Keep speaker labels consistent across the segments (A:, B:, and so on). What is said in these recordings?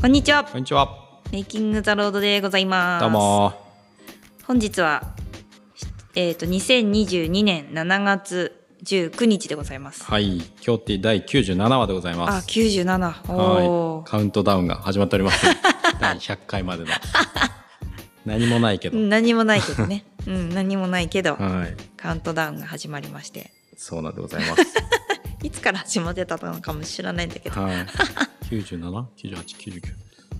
A: こんにちは
B: こんにちは。
A: メイキングザロードでございます
B: どうも。
A: 本日はえっ、と2022年7月19日でございます
B: はい、今日って第97話でございま
A: あ
B: す。
A: 97
B: は
A: お
B: い、
A: ー
B: カウントダウンが始まってお ります。第100回までの。何もないけ
A: う
B: ど。
A: ん何もないけど ねうん何もないけど
B: はい、
A: カウントダウンが始まりまして
B: そうなんでございます。
A: いつから始まってたのかも知らないんだけど
B: はい、97、98、99、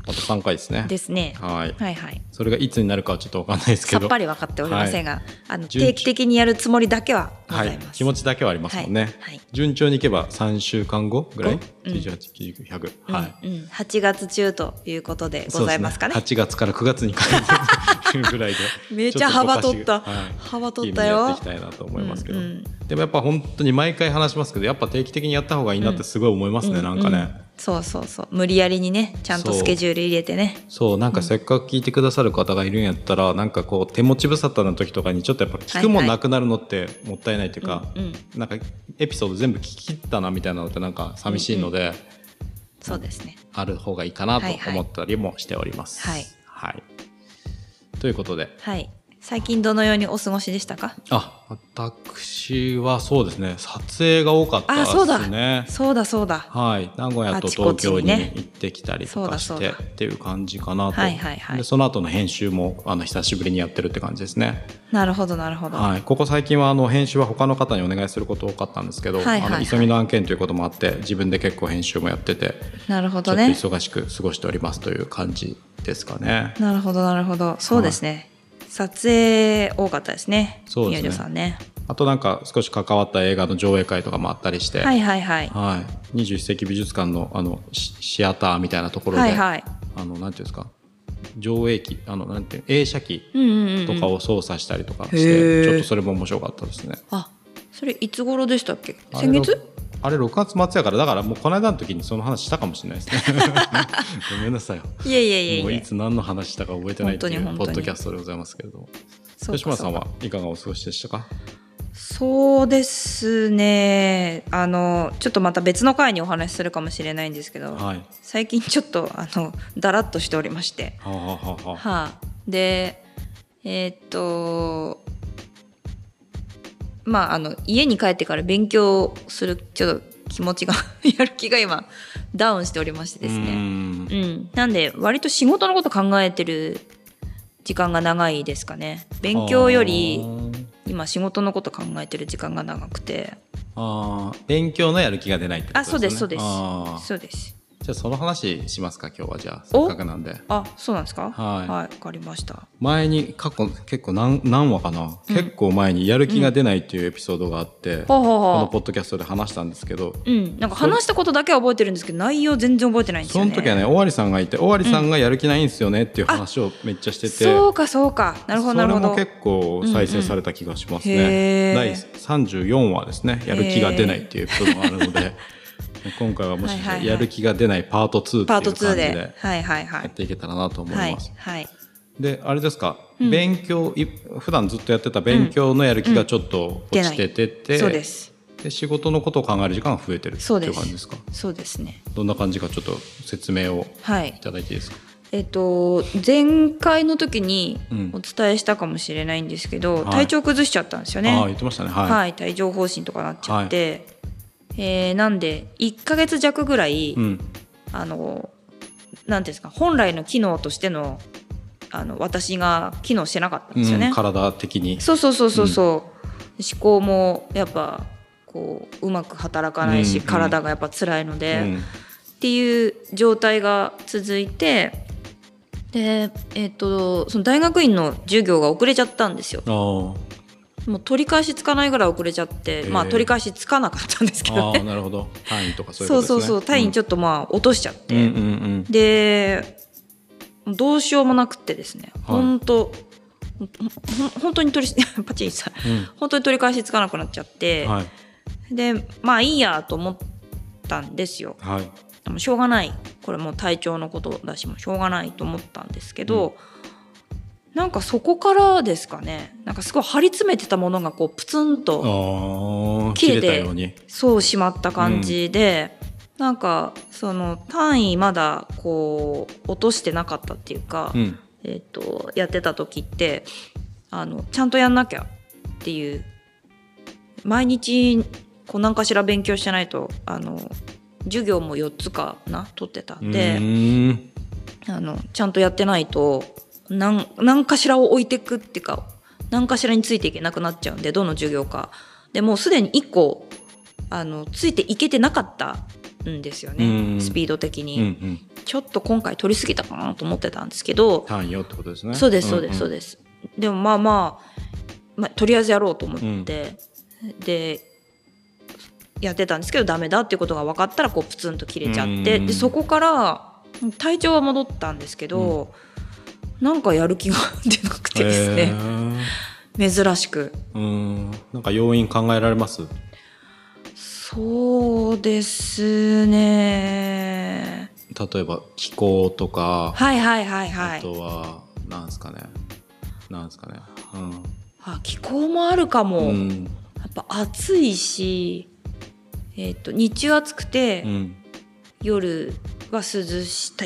B: あと3回ですね。
A: ですね
B: はい、
A: はいはい
B: それがいつになるかはちょっとわかんないですけ
A: さ
B: ど。
A: っぱり分かっておりませんが、あの
B: 順
A: 定
B: 調
A: 期的にやるつもりだけはござ
B: はいい
A: ま、す、
B: 気持ちだけはありますもんね。
A: はいはい
B: 順調にいけば3週間後ぐらい、
A: うん
B: ?98、99、100。はい。
A: うんうん、8月中ということでございますかね
B: そうです8月から9月にかけてぐ らいで
A: めっちゃ幅取った
B: ちょとぼかしはい
A: 幅取ったよ
B: ゲームやっていきたいなと思いますけど、
A: うんうん
B: でもやっぱ本当に毎回話しますけどやっぱ定期的にやった方がいいなってすごい思いますね、なんかね、
A: うそうそうそう無理やりにねちゃんとスケジュール入れてね
B: そうなんかせっかく聞いてくださる方がいるんやったら、なんかこう手持ち無沙汰の時とかにちょっとやっぱ聞くもんなくなるのってもったいないというか、
A: うんうん
B: なんかエピソード全部聞き切ったなみたいなのってなんか寂しいので、
A: そうですね
B: ある方がいいかなと
A: はいはい
B: 思ったりもしております。
A: はい
B: はい、ということで
A: はい最近どのようにお過ごしでしたか
B: あ私はそうですね撮影が多かった
A: あそうだ
B: ですね
A: そうだそうだ
B: はい名古屋と
A: あちこ
B: 東
A: ち
B: 京
A: に
B: に
A: ね
B: 行ってきたりと
A: そ
B: かし
A: うだ
B: て
A: そうだ
B: っていう感じかなと、
A: はいはいはい
B: でその後の編集もあの久しぶりにやってるって感じですね、
A: なるほどなるほど、
B: はい、ここ最近はあの編集は他の方にお願いすること多かったんですけど、
A: はいはいはい
B: あの急ぎの案件ということもあって自分で結構編集もやってて
A: なるほ
B: ち
A: ど
B: ょっと
A: ね
B: 忙しく過ごしておりますという感じですかね。
A: なるほどなるほどそうですね、撮影多かったですね
B: そうですね
A: 宮女さんね
B: あとなんか少し関わった映画の上映会とかもあったりして、
A: はいはいはい
B: はい、21世紀美術館のあのシシアターみたいなところで、
A: はいはい
B: あのなんていうんですか上映機あのなんていう映写機
A: うんうんうん
B: とかを操作したりとかして、
A: へー
B: ちょっとそれも面白かったですね。
A: あそれいつ頃でしたっけ
B: あ
A: 先
B: れろ
A: 月
B: あれ6月末やからだからもうこの間の時にその話したかもしれないで すね。ごめんなさいよ。
A: いやいやいや
B: もう
A: い
B: い
A: や
B: つ何の話したか覚えてないってい
A: 本当
B: う
A: に
B: ポ
A: 本当
B: ッ
A: に
B: ドキャストでございますけれども
A: そうか
B: 吉村さん
A: そうか
B: はいかがお過ごしでしたか
A: そうですねあのちょっとまた別の回にお話しするかもしれないんですけど、
B: はい。
A: 最近ちょっとあのだらっとしておりまして
B: はあ、はあはあはあ、
A: はあ、でえーっとまああの家に帰ってから勉強するちょっと気持ちが やる気が今ダウンしておりましてです
B: うー
A: ね
B: ん
A: うん、なんで割と仕事のこと考えてる時間が長いですかね勉強より今仕事のこと考えてる時間が長くて
B: あーあー勉強のやる気が出ないってこと
A: あそうですそうです
B: あー
A: そうです
B: じゃあその話しますか今日はじゃあせ
A: お
B: っかくなんで
A: あそうなんですか
B: はい
A: わ、かりました
B: 前に過去結構何何話かな、
A: うん
B: 結構前にやる気が出ないっていうエピソードがあって、こ
A: ほうほう
B: の
A: ほ
B: ポッドキャストで話したんですけど
A: ううんなんか話したことだけは覚えてるんですけど内容全然覚えてないんです
B: そ
A: よね
B: の時はね尾張さんがいて尾張さんがやる気ないんですよねっていう話をめっちゃしてて、
A: そうかそうかなるほどなるほど
B: それも結構再生された気がしますね、
A: うんうんへー
B: 第34話ですねやる気が出ないっていうエピソードがあるの で今回はもしかした
A: はいはいはい
B: らやる気が出ないパート2っていう
A: パート
B: 感じ
A: 2で
B: で
A: はいはいは
B: やっ
A: い
B: ていけたらなと思います、
A: はいはい
B: であれですか、
A: うん
B: 勉強い普段ずっとやってた勉強のやる気がちょっと
A: 出
B: 落
A: ない
B: ちててて、
A: そうです
B: で仕事のことを考える時間が増えてるって
A: そう
B: い
A: で
B: う感じですすか
A: そうですね
B: どんな感じかちょっと説明を
A: はい
B: いただいていいですか
A: えっと前回の時に
B: うん
A: お伝えしたかもしれないんですけど、
B: はい
A: 体調崩しちゃったんですよね
B: ああ
A: は
B: 言
A: い、
B: ってましたねはい、
A: 帯状疱疹とかなっちゃって、えーなんで1ヶ月弱ぐらい、
B: うん、
A: あのなんていうんですか本来の機能としてのあの私が機能してなかったんですよね、
B: うん体的に
A: そうそうそうそうそう、思考もやっぱこううまく働かないし、
B: うんうん
A: 体がやっぱ辛いので、
B: うん
A: っていう状態が続いてでえっ、とその大学院の授業が遅れちゃったんですよ
B: あ
A: もう取り返しつかないぐらい遅れちゃって、
B: えー
A: まあ取り返しつかなかったんですけ
B: あ
A: ど
B: ああ
A: ね
B: なるほど単位とかそう
A: そ
B: いうこと
A: う
B: ですね
A: そうそう単位ち
B: ょっ
A: ょっとまあ落としちゃって、
B: うんうんうん
A: でどうしようもなくってですね、
B: はい
A: ほんとほんほん本当に取り パチンさん
B: うん、
A: 本当に取り返しつかなくなっちゃって、
B: うん、はい
A: でまあいいやと思ったんですよ
B: はい
A: でもしょうがないこれもう体調のことだしもうしょうがないと思ったんですけど、なんかそこからですかねなんかすごい張り詰めてたものがこうプツンと
B: ああ
A: 切れて
B: たように
A: そうしまった感じで、なんかその単位まだこう落としてなかったっていうか、
B: うん
A: えっとやってた時ってあのちゃんとやんなきゃっていう毎日こう何かしら勉強してないとあの授業も4つかな取ってたんで。
B: うーん
A: あのちゃんとやってないとなん何かしらを置いてくっていうか何かしらについていけなくなっちゃうんでどの授業かでもうすでに1個あのついていけてなかったんですよ
B: う
A: ね
B: ん
A: スピード的に、
B: うんうん
A: ちょっと今回取りすぎたかなと思ってたんですけど
B: 単位よってことですね
A: そうですそうですそう
B: で
A: です、でもまあまあ、まあ、とりあえずやろうと思って、でやってたんですけどダメだっていうことが分かったらこうプツンと切れちゃって
B: うん
A: でそこから体調は戻ったんですけど、なんかやる気が出なくてですね、珍しく
B: うーんなんか要因考えられます
A: そうですね
B: 例えば気候とか、
A: はいはいはいは
B: あ
A: い
B: とはなんですかねなんですかね
A: あ気候もあるかも、
B: うん、う
A: や
B: ん
A: っぱ暑いし、えっと日中暑くて、
B: うん
A: 夜は涼しい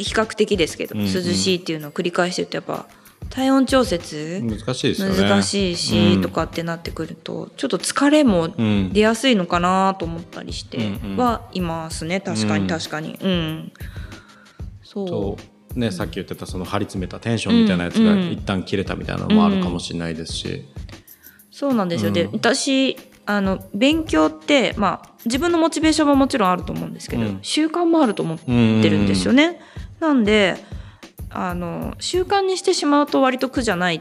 A: 比較的ですけど、
B: うんうん
A: 涼しいっていうのを繰り返してるとやっぱ体温調節
B: 難しいですよね
A: 難しいし、
B: うん
A: とかってなってくるとちょっと疲れも
B: うん
A: 出やすいのかなと思ったりして
B: うんうん
A: はいますね確か
B: う
A: に
B: ん
A: 確かにうん、そ
B: と
A: う
B: ね、さっき言ってたその張り詰めたテンションみたいなやつが
A: うんうん
B: 一旦切れたみたいなのもあるかもしれないですし、
A: そうなんですよ、で
B: うん
A: 私あの勉強ってまあ自分のモチベーションももちろんあると思うんですけど、
B: うん
A: 習慣もあると思って
B: うん
A: ってるんですよね。なんであの習慣にしてしまうと割と苦じゃない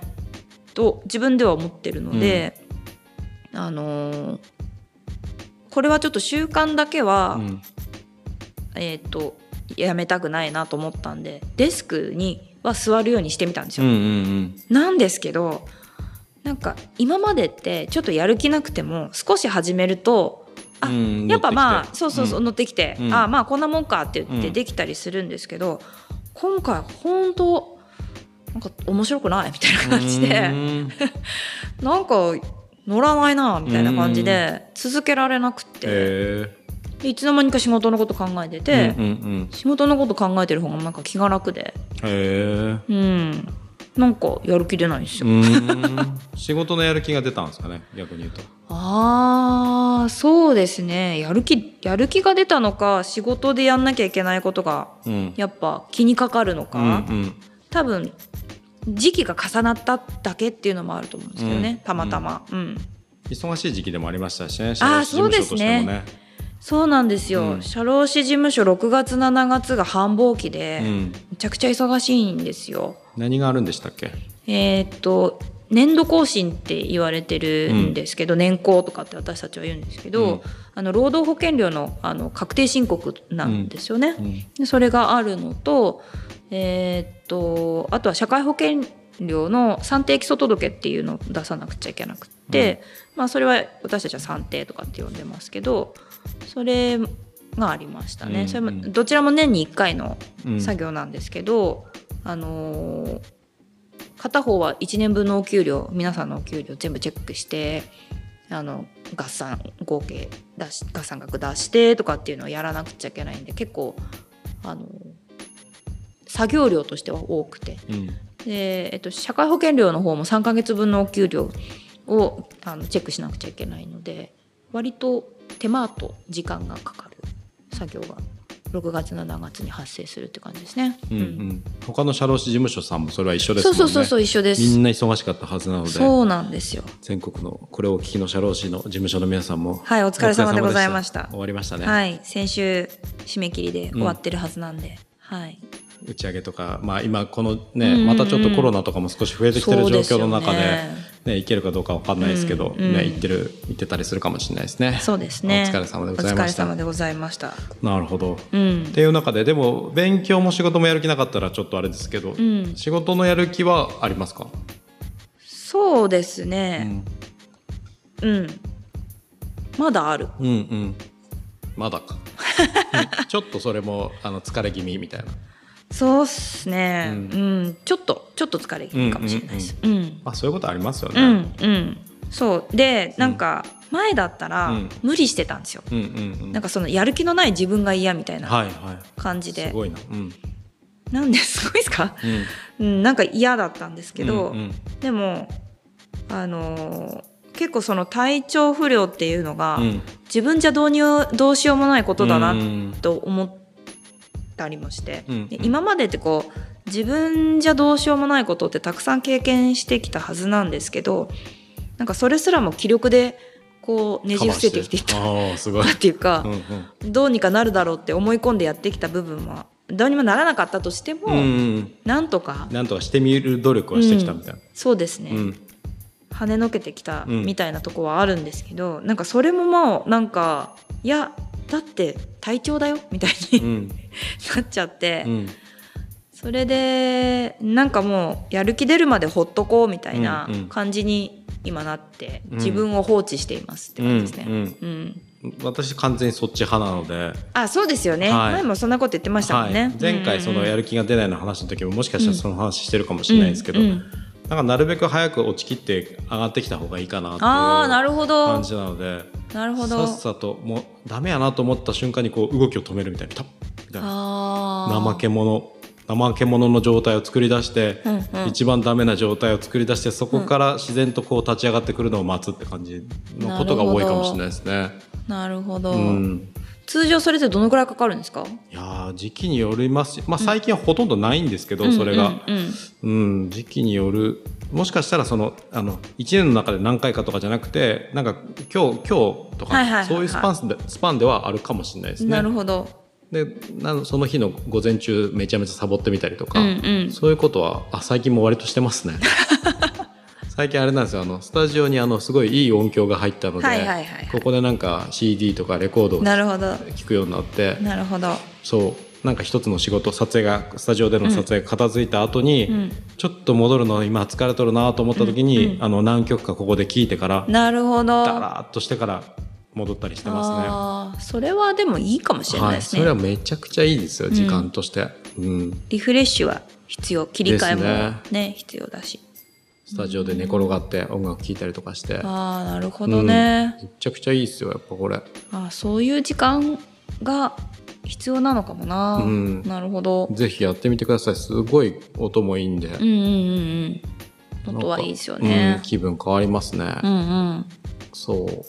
A: と自分では思ってるので、あのこれはちょっと習慣だけは、
B: うん
A: えっ、とやめたくないなと思ったんでデスクには座るようにしてみたんです
B: う
A: よ。
B: んうん
A: なんですけどなんか今までってちょっとやる気なくても少し始めるとあ
B: うんうん
A: やっぱ
B: 乗
A: ま
B: てき
A: あ
B: て
A: そうそうそう、乗ってきて、
B: うん
A: ああまあこんなもんかって言っ
B: う
A: て
B: ん
A: できたりするんですけど、今回本当なんか面白くないみたいな感じで、
B: うん
A: なんか乗らないなみたいな感じで続けられなくって、
B: へ
A: でいつの間にか仕事のこと考えてて、
B: えうんうん
A: 仕事のこと考えてる方がなんか気が楽で
B: うんへ
A: うんなんかやる気出ないんです
B: え
A: よ。
B: うん仕事のやる気が出たんですかね逆に言うと
A: ああそうですねやる気やる気が出たのか仕事でやんなきゃいけないことが
B: うん
A: やっぱ気にかかるのか、
B: うんうん
A: 多分時期が重なっただけっていうのもあると思うんですよね、
B: うん
A: たまたま、うん、
B: 忙しい時期でもありましたしね
A: あー
B: 社労士事務所としてもね
A: そうなんですよ、
B: うん
A: 社労士事務所6月7月が繁忙期で、
B: う
A: め
B: ん、
A: ちゃくちゃ忙しいんですよ
B: 何があるんでしたっけ
A: えーっと年度更新って言われてるんですけど、年功とかって私たちは言うんですけど、
B: うん
A: あの労働保険料のあの確定申告なんですよね、
B: うん
A: でそれがあるのと,、えーっとあとは社会保険料の算定基礎届っていうのを出さなくちゃいけなくって、まあ、それは私たちは算定とかって呼んでますけどそれがありましたね、
B: うん
A: それもどちらも年に1回の
B: うん
A: 作業なんですけど、あのー片方は1年分のお給料皆さんのお給料全部チェックしてあの合算合計出し合算額出してとかっていうのをやらなくちゃいけないんで結構あのー作業量としては多くて
B: うん
A: で、えっと、社会保険料の方も3ヶ月分のお給料をあのチェックしなくちゃいけないので割と手間と時間がかかる作業が6月7月に発生するって感じですね。
B: うんうん、他の社労士事務所さんもそれは一緒で
A: そ
B: すも
A: うん
B: ね
A: そうそうそう一緒で
B: み
A: す
B: ん。な忙しかったはずなので
A: そうなんですよ。
B: 全国のこれをお聞きの社労士の事務所の皆さんも
A: はいお疲れ様でございました
B: お疲れ様で終わりましたね、
A: はい先週締め切りで終わってるはずなんで、はい。
B: 打ち上げとか、まあ、今この
A: うん
B: ね、
A: うんうん
B: またちょっとコロナとかも少し増えてきてる
A: そう
B: 状
A: です
B: 況
A: よ
B: の
A: ね
B: 中でね、行けるかどうかわかんないですけど、
A: うんうん
B: ね、行ってる行ってたりするかもしれないですね
A: そうですね。
B: お疲れ様でございました
A: お疲れ様でございました。
B: なるほど
A: うん
B: っていう中ででも勉強も仕事もやる気なかったらちょっとあれですけど、
A: ん
B: 仕事のやる気はありますか、
A: そうです
B: う
A: ね。
B: ん、
A: うん、まだある。
B: うんうんま だかうんちょっとそれもあの疲れ気味みたいな
A: そうっすね。
B: う
A: うん、ちょっとちょっと疲れ気味かもしれないです。うん、
B: まあそういうことありますよ
A: う
B: ね、
A: ん、うん、そうでなんか前だったら
B: うん
A: 無理してたんですよ、
B: うんうんうん
A: なんかそのやる気のない自分が嫌みたいな
B: はいは
A: 感じ
B: い
A: で、
B: すごいなうん
A: なんですごいですか、
B: うん
A: うん、なんか嫌だったんですけど、
B: うんうん
A: でもあのー結構その体調不良っていうのが、
B: うん
A: 自分じゃどうにもどうしようもないことだ
B: う
A: なんと思ったりもして、
B: うん
A: で今までってこう自分じゃどうしようもないことってたくさん経験してきたはずなんですけどなんかそれすらも気力でこうねじ伏せてきてい
B: カ
A: た
B: バーしてああすごい
A: っていうか
B: うん、うん
A: どうにかなるだろうって思い込んでやってきた部分はどうにもならなかったとしても、
B: うんうん
A: なんとか
B: なんとかしてみる努力はしてきたみたいな
A: そうですね、
B: うん
A: 跳ねのけてきたみたいなとこはあるんですけど、なんかそれももうなんかいやだって体調だよみたいに
B: うん
A: なっちゃ って、
B: うん
A: それでなんかもうやる気出るまでほっとこうみたいな
B: うんうん
A: 感じに今なって、
B: うん
A: 自分を放置していますって感じですね。
B: うんうん
A: うん
B: 私完全にそっち派なので、
A: あそうですよね、
B: はい
A: 前もそんなこと言ってましたもんね。
B: はい、前回そのや
A: る
B: る気が出ないの話の時ももしかしたらその話してるかもしれないですけど、なんかなるべく早く落ちきって上がってきた方がいいかなっていう
A: ああなるほど
B: 感じなので
A: なるほ
B: さ
A: ど。
B: っさともうダメやなと思った瞬間にこう動きを止めるみたいなピタッみたいな
A: ああ
B: 怠け者怠け者の状態を作り出して、
A: うんうん
B: 一番ダメな状態を作り出してそこから自然とこう立ち上がってくるのを待つって感じのことが多いかもしれないですね。
A: なるほど、
B: うん
A: 通常それってどのくらいかかるんですか
B: いやー時期によりますし、まあ、最近はほとんどないんですけど、それが、
A: うんうんうん
B: うん、時期によるもしかしたらそのあの1年の中で何回かとかじゃなくてなんか今日今日とか、
A: はいはいはいはい
B: そういうスパンスでスパンではあるかもしれないですね。
A: なるほど。
B: でなその日の午前中めちゃめちゃサボってみたりとか、
A: うんうん
B: そういうことはあ最近も割としてます ね。最近あれなんですよあのスタジオにあのすごいいい音響が入ったので、
A: はいはいはいはい
B: ここでなんか CD とかレコードを
A: なるほど。
B: 聞くようになって
A: なるほど。
B: そうなんか一つの仕事撮影がスタジオでの撮影が片付いた後に、
A: うん
B: ちょっと戻るの今疲れとるなと思った時に、あの何曲かここで聴いてから
A: なるほど。
B: ダラーっとしてから戻ったりしてま
A: あーそれはでもいいかもし
B: す
A: れ
B: ね。
A: ない
B: は
A: で
B: い、
A: す
B: そ
A: ね。
B: れはめちゃくちゃいいですよ、時間として、うん、
A: リフレッシュは必要、切り替えもね
B: で
A: 必要だし。
B: スタジオで寝転がって音楽聴いたりとかして、
A: ああなるほどね。
B: めちゃくちゃいいですよやっぱこれ
A: あーそういう時間が必要なのかもな。
B: うん
A: なるほど。
B: ぜひやってみてくださいすごい音もいいんで、
A: うんうんうんうん。音はいいですよ
B: うん
A: ね。
B: 気分変わりますね、
A: うんうん。
B: そう。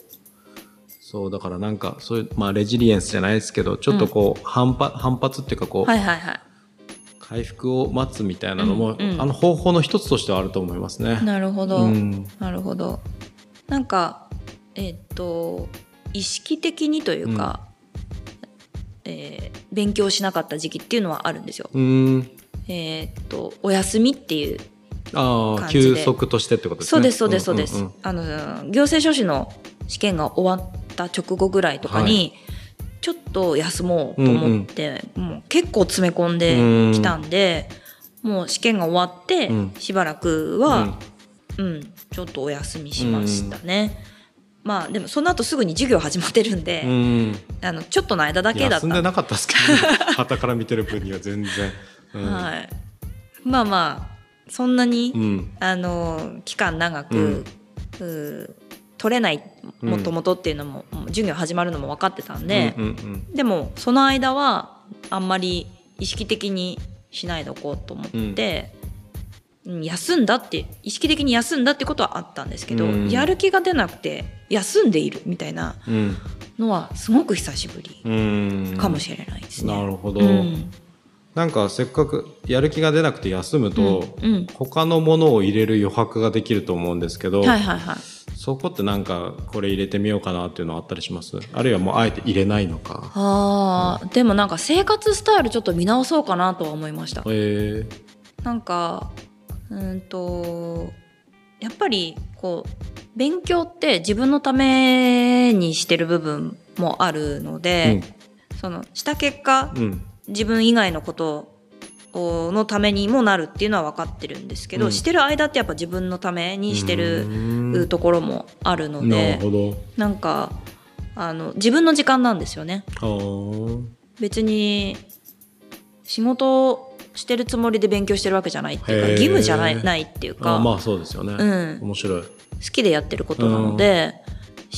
B: そう、だからなんか、そういう、まあ、レジリエンスじゃないですけど、ちょっとこう、反発、反発っていうか、こう、
A: はいはいはい。
B: 回復を待つみたいなのも、
A: うんうん
B: あの方法の一つとしてはあると思いますね。
A: なるほど。
B: うん。
A: なるほど。なんか、えーっと、意識的にというか、えー勉強しなかった時期っていうのはあるんですよ。
B: うん。
A: えーっと、お休みっていう。
B: ああ、
A: 感じ
B: 休
A: で
B: 息としてってことですね。
A: そうです、そうです、そうです
B: んんん。
A: あの、行政書士の試験が終わった直後ぐらいとか
B: は
A: に、ちょっと休もうと思って、もう結構詰め込んできたんで、もう試験が終わって
B: うん、
A: しばらくは、うん、ちょっとお休みしましたね。まあでもその後すぐに授業始まってるんで、
B: うん。うん。
A: あのちょっとの間だけだっ
B: 休
A: た
B: ん
A: ん
B: で
A: で、
B: なかったですけど、ね、旗から見てる分には全然。うん。
A: はい、まあまあそんなに、
B: うん。
A: あの期間長く、うー取れない
B: うん
A: もともとっていうのも,、もう授業始まるのも分かってたんで
B: う、んうん
A: でもその間はあんまり意識的にしないでおこうと思って、うん休んだって意識的に休んだってことはあったんですけど、
B: うん
A: やる気が出なくて休んでいるみたいな
B: うん。
A: のはすごく久しぶり
B: うん。うん
A: かもしれないですね。
B: なるほど。
A: うん
B: なんかせっかくやる気が出なくて休むと、
A: うんうん
B: 他のものを入れる余白ができると思うんですけど、
A: はいはいはい。
B: そこってなんかこれ入れてみようかなっていうのあったりしますあるいはもうあえて入れないのか。
A: あーでもなんか生活スタイルちょっと見直そうかなとは思いました。
B: えー
A: なんかうーんとやっぱりこう勉強って自分のためにしてる部分もあるので、そのした結果
B: うんうん
A: 自分以外のことをのためにもなるっていうのは分かってるんですけど、
B: うん
A: してる間ってやっぱ自分のためにして
B: う
A: る
B: ーん
A: ところもあるの
B: な
A: で
B: るほど
A: なんかあの自分の時間なんですよね。
B: あー
A: 別に仕事してるつもりで勉強してるわけじゃないっていうか
B: へー
A: 義務じゃないないっていうか、
B: あまあそうですよね、
A: うん
B: 面白い
A: 好きでやってることなので、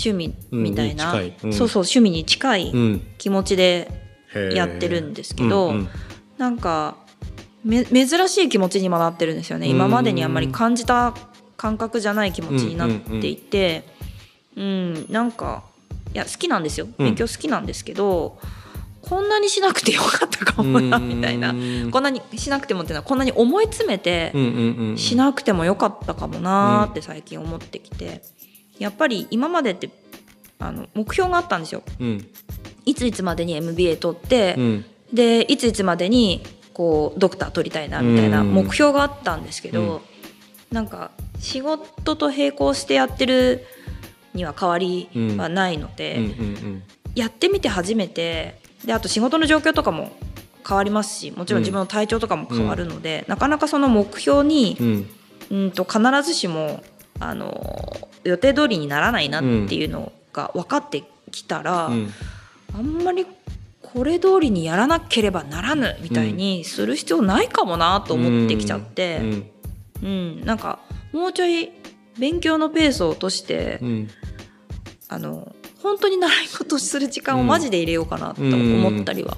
A: 趣味みたいな、
B: うんに近いうん
A: そうそう趣味に近い
B: うん
A: 気持ちで
B: へー
A: やってるんですけど
B: うんうん
A: なんかめ珍しい気持ちにもなってるんですよね
B: うん
A: 今までにあんまり感じた感覚じゃない気持ちになっていてうんなんかいや好きなんですよ
B: うん
A: 勉強好きなんですけど、こんなにしなくてよかったかもなみたいな、
B: うん
A: こんなにしなくてもっていうのはこんなに思い詰めて
B: うんうんうんうん
A: しなくてもよかったかもなーって最近思ってきてやっぱり今までってあの目標があったんですよ。
B: うん
A: いついつまでに MBA 取って、
B: うん
A: でいついつまでにこうドクター取りたいなみたいな
B: うん
A: 目標があったんですけど、
B: うん
A: なんか仕事と並行してやってるには変わりはないので、
B: うんうん
A: やってみて初めてであと仕事の状況とかも変わりますしもちろん自分の体調とかも変わるので、なかなかその目標に
B: う、ん
A: うん、と必ずしもあの予定通りにならないなっていうのが分かってきたら。
B: うん
A: あんまりこれ通りにやらなければならぬみたいにする必要ないかもなと思ってきちゃって、
B: う
A: うん
B: ん
A: なんかもうちょい勉強のペースを落として、
B: うん
A: あの本当に習い事する時間を
B: うん
A: マジで入れようかなと思ったりは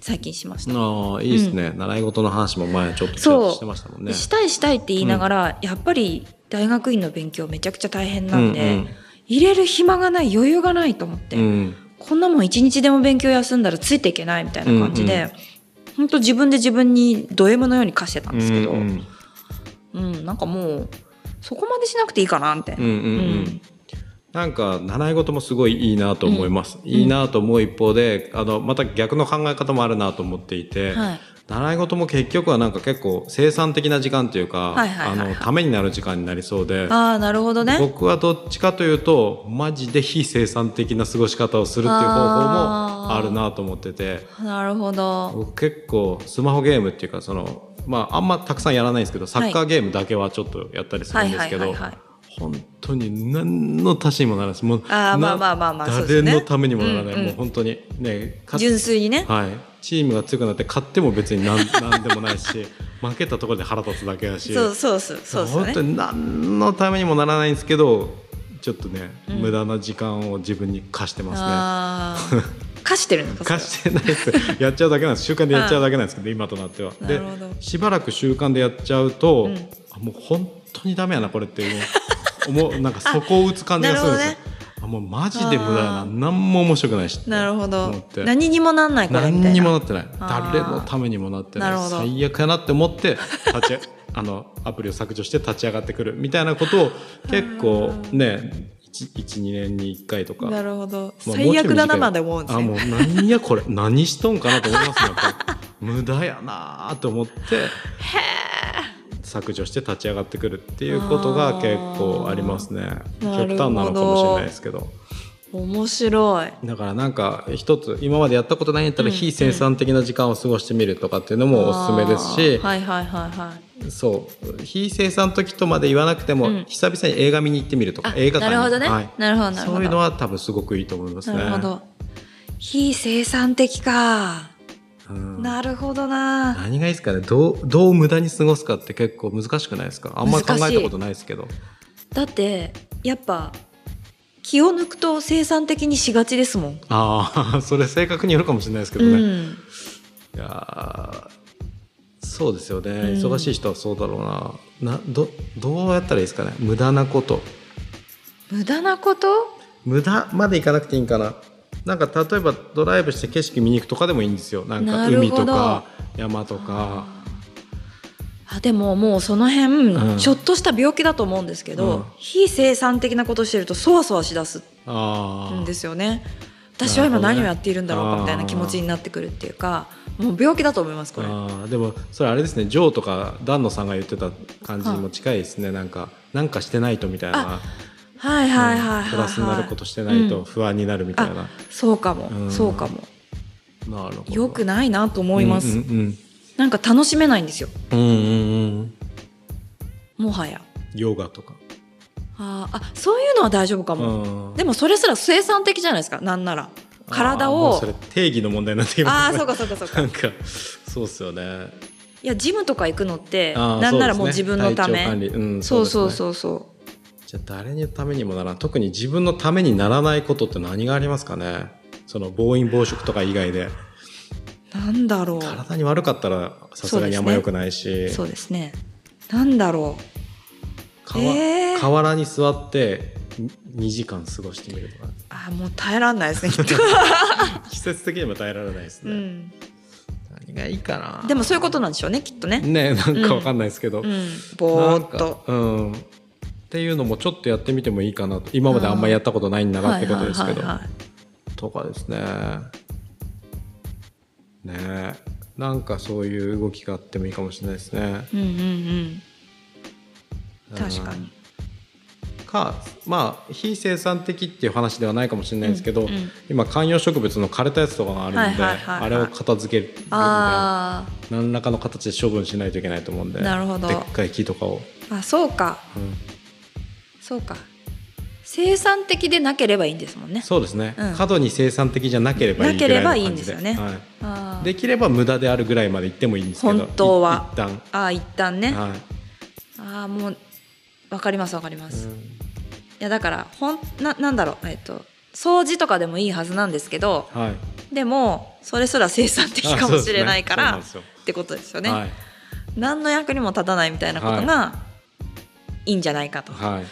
A: 最近しました。
B: ああいいですね、習い事の話も前ちょっとちらっとしてましたもんね
A: したいしたいって言いながら、やっぱり大学院の勉強めちゃくちゃ大変なんで、入れる暇がない余裕がないと思って、
B: うんうん
A: こんなもん一日でも勉強休んだらついていけないみたいな感じ
B: うん
A: で、ほんと自分で自分にド M のように課してたんですけど、う、
B: うんん
A: なんかもう、そこまでしなくていいかな、みたい
B: うんう
A: な。
B: んうんうん
A: うん
B: なんか習い事もすごいいいなと思います、いいなと思う一方であのまた逆の考え方もあるなと思っていて、
A: はい
B: 習い事も結局はなんか結構生産的な時間というか、
A: はいはいはいはい
B: あのためになる時間になりそうで、
A: ああ、なるほどね。
B: 僕はどっちかというとマジで非生産的な過ごし方をするっていう方法もあるなと思ってて
A: なるほど。
B: 僕結構スマホゲームっていうかそのまああんまたくさんやらないんですけどサッカーゲームだけはちょっとやったりするんですけ
A: は
B: ど
A: いはいはいはい
B: 本当に何の足しにもならないですもう
A: あーまあ
B: な
A: まあまあまあそうです
B: 誰
A: ね
B: のためにもならない、
A: うんうん
B: もう本当にね勝
A: 純粋にね。
B: はい、チームが強くなって勝っても別に何何でもないし 負けたところで腹立つだけだし
A: そうそうそうそうですよ
B: 本当
A: ね。
B: に何のためにもならないんですけどちょっとね、
A: うん
B: 無駄な時間を自分に貸してますね
A: あ あ。貸してるのかそれは
B: 貸してないですやっちゃうだけなんです習慣でやっちゃうだけなんですけど今となっては
A: な
B: で
A: るほど
B: しばらく習慣でやっちゃうと、
A: うん
B: あもう本当にダメやなこれって思う 思うなんか底を打つ感じがするんですよ
A: なる
B: あもうマジで無駄やな
A: あー
B: 何も面白くないしって
A: なるほど
B: 思っ。て
A: 何にもなんないからみた
B: 何
A: い
B: に
A: な。
B: もなってない
A: あー
B: 誰のためにもなってない
A: なるほど
B: 最悪やなって思って立 ちあのアプリを削除して立ち上がってくるみたいなことを結構ね12年に1回とか、
A: なるほど。
B: ま
A: 最
B: あもうちょい短
A: 悪
B: い
A: だななんて思うんです
B: あもう
A: ね。
B: 何やこれ何しとんかなと思いますねやっぱり 無駄やなと思って削除して立ち上がってくるっていうことが結構ありますね極
A: なるほど
B: 端なのかもしれないですけど。
A: 面白い。
B: だからなんか一つ今までやったことないんやったら
A: うん
B: 非生産的な時間を過ごしてみるとかっていうのもおすすめですし
A: あー、はいはいはいはい。
B: そう非生産時とまで言わなくても、
A: うん
B: 久々に映画見に行ってみるとか
A: あ
B: 映画館
A: な
B: に
A: るほどね、
B: はい
A: なるほどなるほど
B: そういうのは多分すごくいいと思いますね。
A: なるほど非生産的か、
B: うん
A: なるほどな
B: 何がいいですかねどうどう無駄に過ごすかって結構難しくないですかあんまり考
A: 難し
B: え
A: い
B: たことないですけど。
A: だってやっぱ気を抜くと生産的にしがちですもん、
B: ああ それ性格によるかもしれないですけど
A: う
B: ね。
A: ん、
B: いやーそうですよね、
A: ん
B: 忙しい人はそうだろうななどどうやったらいいですかね無駄なこと
A: 無駄なこと
B: 無駄までいかなくていいんかななんか例えばドライブして景色見に行くとかでもいいんですよなんか
A: なる
B: 海
A: ほど
B: とか山とか
A: あでももうその辺、
B: ん
A: ちょっとした病気だと思うんですけど、
B: うん
A: 非生産的なことしてるとそわそわしだす
B: あ
A: ん
B: ー
A: ですよね私は今
B: なるほ
A: 何
B: どね
A: をやっているんだろうかみたいな気持ちになってくるっていうかもう病気だと思いますこれ
B: あーでもそれあれですねジョーとか丹野さんが言ってた感じにも近いですねなんかなんかしてないとみたいな
A: はいはいはいはい、はい、
B: プラスになることしてないと不安になるみたいな
A: あ、そうかも、
B: うん
A: そうかも
B: なるほど
A: よくないなと思います、
B: うん
A: なんか楽しめないんですよ
B: うんうん、うんうんうん
A: もはや
B: ヨガとか
A: あーあそういうのは大丈夫かも、
B: うん
A: でもそれすら生産的じゃないですかなんなら体
B: あーもう
A: を
B: それ定義の問題になってき
A: あ
B: ま
A: あー
B: す
A: そう
B: ね
A: かそうかそう
B: な
A: か
B: んかそうっすよね
A: いやジムとか行くのって
B: あー
A: なんならもう
B: そ
A: 自
B: ですね
A: 分のた
B: 体調管
A: め
B: 理、うん、
A: そうそう
B: う
A: そうそ
B: ですねじゃあ誰のためにもならん特に自分のためにならないことって何がありますかねその暴飲暴食とか以外で
A: うなんだろ
B: 体に悪かったらさすがにあんま良くないし、
A: うそうですねなんだろう
B: 川
A: えー、
B: 河原に座って2時間過ごしてみるとか
A: あーもう耐えらんないですねきっと、
B: 季節的にも耐えられないです
A: う
B: ね、
A: ん、
B: 何がいいかな
A: でもそういうことなんでしょうねきっとね、
B: ねなんかわかんないですけど、
A: うん、ぼ
B: な
A: ー
B: ん
A: っ
B: か
A: と
B: うんっていうのもちょっとやってみてもいいかなと今まであんまりやったことないんだなってことですけど、
A: はいはいはいはい
B: とかですねねえなんかそういう動きがあってもいいかもしれないですね
A: うんうんうん確か
B: う
A: に
B: んかまあ非生産的っていう話ではないかもしれないですけど、
A: うんうん
B: 今観葉植物の枯れたやつとかがあるんで、
A: はいはいはいはい
B: あれを片付けるんで
A: あ
B: 何らかの形で処分しないといけないと思うんで
A: なるほど
B: でっかい木とかを、
A: ーあそうか
B: うん
A: そうか生産的でなければいいんですもんね
B: そうですね、
A: うん
B: 過度に生産的じゃなければいいぐらいの感じで
A: なければいいんですよね
B: は
A: あー
B: い、できれば無駄であるぐらいまで行ってもいいんですけど
A: 本当はい
B: 一旦
A: あー一旦ね、
B: はい
A: ああもうわかりますわかります、
B: う
A: い
B: ん
A: やだからほんななんだろうえっと掃除とかでもいいはずなんですけど
B: はい、
A: でもそれすら生産的かもしれないから、
B: あそうですね
A: ってことですよ
B: そう
A: ね、
B: なんですよ
A: 何の役にも立たないみたいなことが、い、いんじゃないかと、あ
B: はい、はい、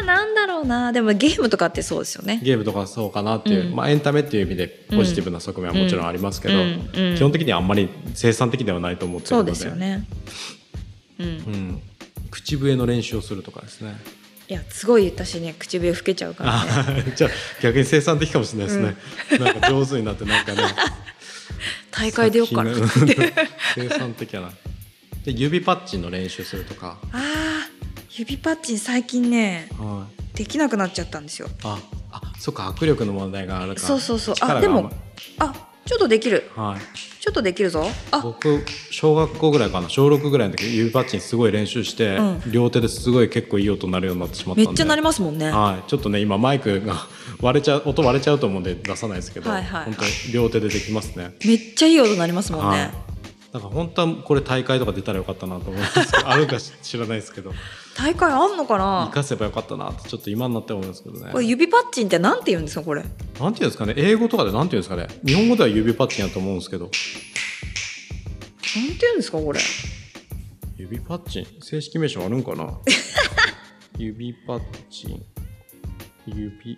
A: あーなんだろうなでもゲームとかってそうですよね
B: ゲームとかそうかなっていう、
A: うん
B: まあ、エンタメっていう意味でポジティブな側面はもちろんありますけど、
A: うんうん
B: 基本的にはあんまり生産的ではないと思ってる
A: そ
B: の
A: う
B: で
A: ですよねうん、
B: う
A: い
B: ん、口笛の練習をするとかですね
A: やすごい私ね口笛吹けちゃうからね
B: あーじゃあ逆に生産的かもしれないですね、なんか上手になってなんかね
A: 大会出ようかなあ
B: 作品が生産的やなで指パッチンの練習するとか、
A: あー指パッチン最近ね
B: はい、
A: できなくなっちゃったんですよ
B: ああそっか握力の問題があるから
A: そうそうそう
B: 力が
A: あ
B: ん
A: で
B: ま
A: もあちょっとできる
B: はい、
A: ちょっとできるぞあ
B: 僕小学校ぐらいかな小6ぐらいの時指パッチンすごい練習して、
A: うん
B: 両手ですごい結構いい音鳴るようになってしまった
A: め
B: ん
A: っ
B: で
A: ちゃなり
B: ま
A: ますもんね
B: はい、ちょっとね今マイクが 割れちゃう音割れちゃうと思うんで出さないですけど、
A: はいはい
B: 本当に両手でできますね
A: めっちゃいい音なりますもん
B: はい
A: ね
B: なんか本当はこれ大会とか出たらよかったなと思うんですけどあるか知らないですけど
A: 大会あんのか
B: 生
A: な
B: かせばよかったなってちょっと今になって思うんですけどね
A: これ指パッチンってなんて言うんですかこれ
B: なんていうんですかね英語とかでなんていうんですかね日本語では指パッチンやと思うんですけど
A: なんて言うんですかこれ
B: 指パッチン正式名称あるん かな指パッチン指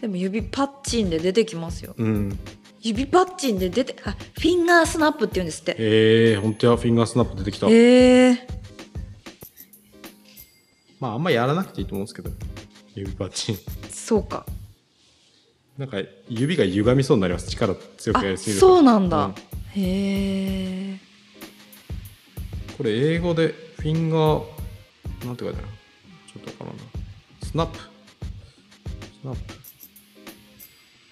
A: でも指パッチンで出てきますよ
B: うん
A: 指パッチンで出てあフィンガースナップって言うんですって
B: えー、本当やフィンガースナップ出てきた、
A: へえ
B: まああんまやらなくていいと思うんですけど指パッチン
A: そうか
B: なんか指が歪みそうになります力強くや
A: あ
B: りすぎると
A: そうなん
B: う
A: だ
B: ん
A: へえ
B: これ英語でフィンガーなんて書いてあるちょっとわからんなスナップスナップ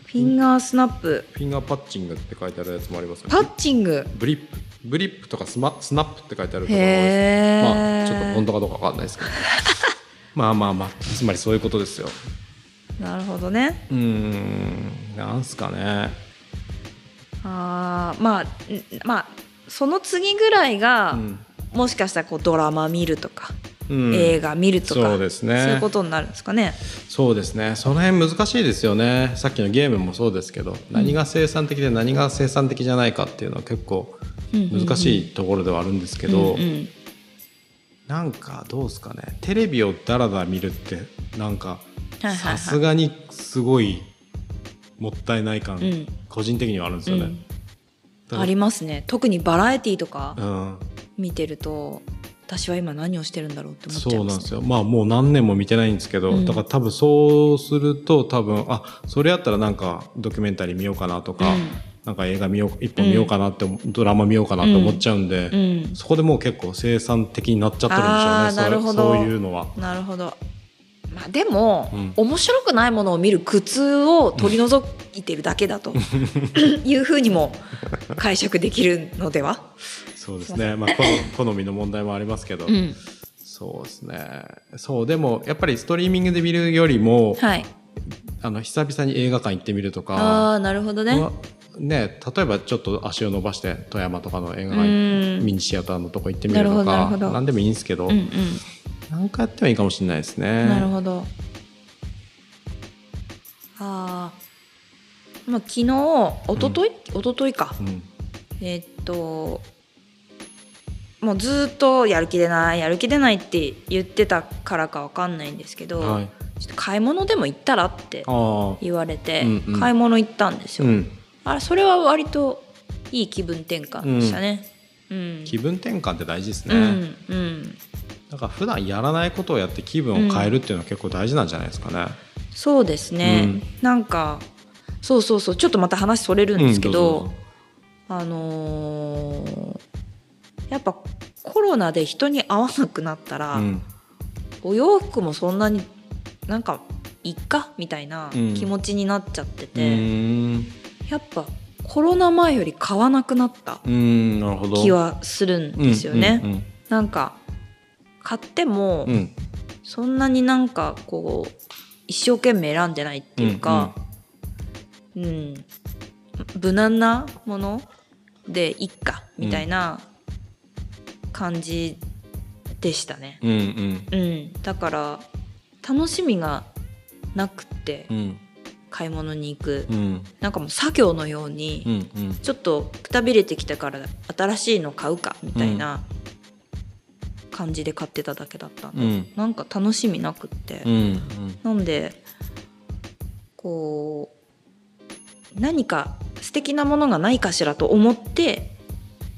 A: フィンガースナップ
B: フィンガーパッチングって書いてあるやつもありますよ
A: パッチング
B: ブリップブリップとかスマスナップって書いてあるところも多いです
A: へえ
B: まあちょっと本当かどうかわかんないです けどまあまあまあつまりそういうことですよ
A: なるほどね
B: うーんなんすかね
A: あーまあんまあその次ぐらいが、
B: うん
A: もしかしたらこうドラマ見るとか、
B: うん
A: 映画見るとか
B: そうですね
A: そういうことになるんですかね
B: そうですねその辺難しいですよねさっきのゲームもそうですけど何が生産的で何が生産的じゃないかっていうのは結構難しいところではあるんですけ
A: け
B: ど、
A: うんうん
B: なんかどうですかねテレビをダラダラ見るってなんか
A: はいはいはい
B: さすがにすごいもったいない感、
A: ん
B: 個人的にはあるんですよね。
A: うん
B: だから
A: ありますね特にバラエティーとか
B: うん
A: 見てると、私は今何をしてるんだろうって思っちゃ
B: そ
A: いうま
B: な
A: す、
B: ん
A: ね、
B: ですよまあもう何年も見てないんですけど、
A: うん
B: だから多分そうすると多分あそれやったらなんかドキュメンタリー見ようかなとか、
A: うん
B: なんか映画見よう一本見ようかなって、ドラマ見ようかなって思っちゃうんで、
A: うん
B: そこでもう結構生産的になっちゃってるんでしょうね
A: あー
B: それ
A: なるほど
B: そういうのは。
A: なるほど、まあ、でも、
B: うん
A: 面白くないものを見る苦痛を取り除いてるだけだ というふうにも解釈できるのでは、
B: そうですねまあ好好みの 問題もありますけど、
A: うん、
B: そうですねそうでもやっぱりストリーミングで見るよりも、
A: はい
B: あの久々に映画館行ってみるとか
A: ああーなるほどね
B: うわね、例えばちょっと足を伸ばして富山とかの映画
A: う
B: 館
A: ん
B: ミニシアターのとこ行ってみると
A: なるほ
B: か
A: どなるほど
B: 何でもいいんですけど、
A: うんうん
B: なんかやってもいいかもしれないですね。
A: なるほど。ああ。まあ昨日、一昨日、一昨日か。
B: うん
A: えーっともうずーっとやる気出ないやる気出ないって言ってたからかわかんないんですけど、
B: はい、
A: ちょっと買い物でも行ったらって
B: ああ
A: 言われて、
B: うんうん
A: 買い物行ったんです
B: う
A: よ、
B: ん、
A: あれそれは割といい気分転換でしたねうん、うん
B: 気分転換って大事ですね、
A: うん
B: なんか普段やらないことをやって気分を変えるっていうのは結構大事なんじゃないですかね。
A: そうですね、
B: うん
A: なんかそうそうそうちょっとまた話それるんですけ
B: う
A: ど,、
B: ん
A: あのーやっぱコロナで人に会わなくなったら、
B: うん
A: お洋服もそんなになんかいっかみたいな
B: うん
A: 気持ちになっちゃって
B: う
A: て、
B: ん
A: やっぱコロナ前より買わなくなった
B: うんなるほど
A: 気はするんですよね。
B: うん
A: なんか買っても
B: うんうん
A: そんなになんかこう一生懸命選んでないっていうか、うん無難なものでいっかみたいな感じでしたね。
B: うんうん
A: うん、だから楽しみがなくて
B: うん
A: 買い物に行く、
B: うん
A: なんかもう作業のように、
B: うんうん
A: ちょっとくたびれてきたから新しいの買うかみたいな感じで買ってただけだったんで、
B: うん
A: なんか楽しみなくって、
B: うん
A: なんでこう何か素敵なものがないかしらと思って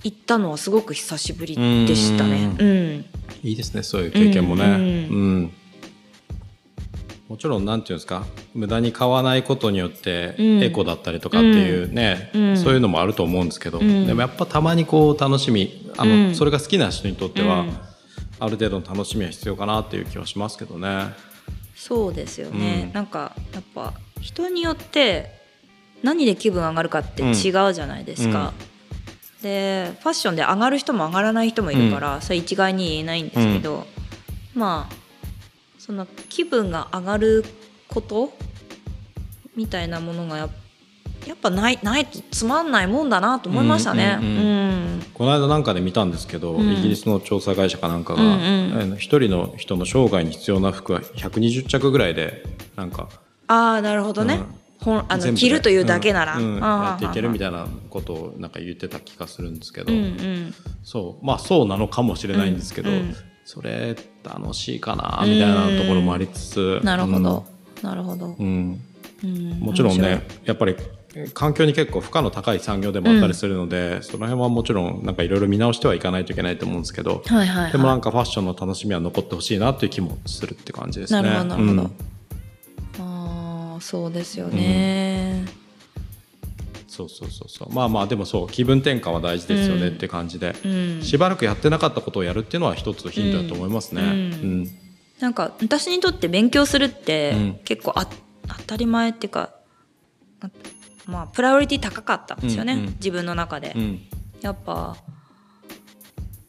A: 行ったのはすごく久しぶりでしたね。
B: う
A: うん、
B: いいですねそういう経験もね。
A: う
B: うんん
A: う
B: もちろんなんていうんですか無駄に買わないことによって
A: うん
B: エコだったりとかっていうね、
A: うん
B: そういうのもあると思うんですけど、
A: うん
B: でもやっぱたまにこう楽しみあの、
A: うん
B: それが好きな人にとっては、
A: うん
B: ある程度の楽しみは必要かなっていう気はしますけどね。
A: そうですよね、
B: うん
A: なんかやっぱ人によって何で気分上がるかって違うじゃないですか、でファッションで上がる人も上がらない人もいるから、それ一概に言えないんですけど、まあその気分が上がることみたいなものがやっやっぱないないとつまんないもんだなと思いましたね。う
B: うんんうんこの間なんかで見たんですけど、
A: うん
B: イギリスの調査会社かなんかが、
A: うんうん
B: あの一人の人の生涯に必要な服は120着ぐらいでなんか
A: ああなるほどね、
B: うん
A: ほんあ
B: 全
A: の
B: 部で
A: 着るというだけなら、
B: うんうんやっていけるみ
A: たい
B: たいなことをなんか言ってた気がするんですけど、
A: うんうん、
B: そうまあそうなのかもしれないんですけど、
A: うんうん
B: それ楽しいかなみたいなところもありつつ、
A: なるほど、なるほど
B: う、ん、うん
A: うん
B: もちろんねやっぱり環境に結構負荷の高い産業でもあったりするので、その辺はもちろんなんかいろいろ見直してはいかないといけないと思うんですけど、
A: はいはい、はい、
B: でもなんかファッションの楽しみは残ってほしいなという気もするって感じですね。
A: なるほどなるほど、
B: うん
A: ああそうですよね、
B: そうそうそうそう。まあまあでもそう気分転換は大事ですよね
A: うん
B: って感じで、
A: うん
B: しばらくやってなかったことをやるっていうのは一つヒントだと思いますね。
A: う
B: うんん。
A: なんか私にとって勉強するって、
B: うん
A: 結構あ当たり前っていうかあまあプライオリティ高かったんですよね、
B: うんうん
A: 自分の中で、
B: うん
A: やっぱ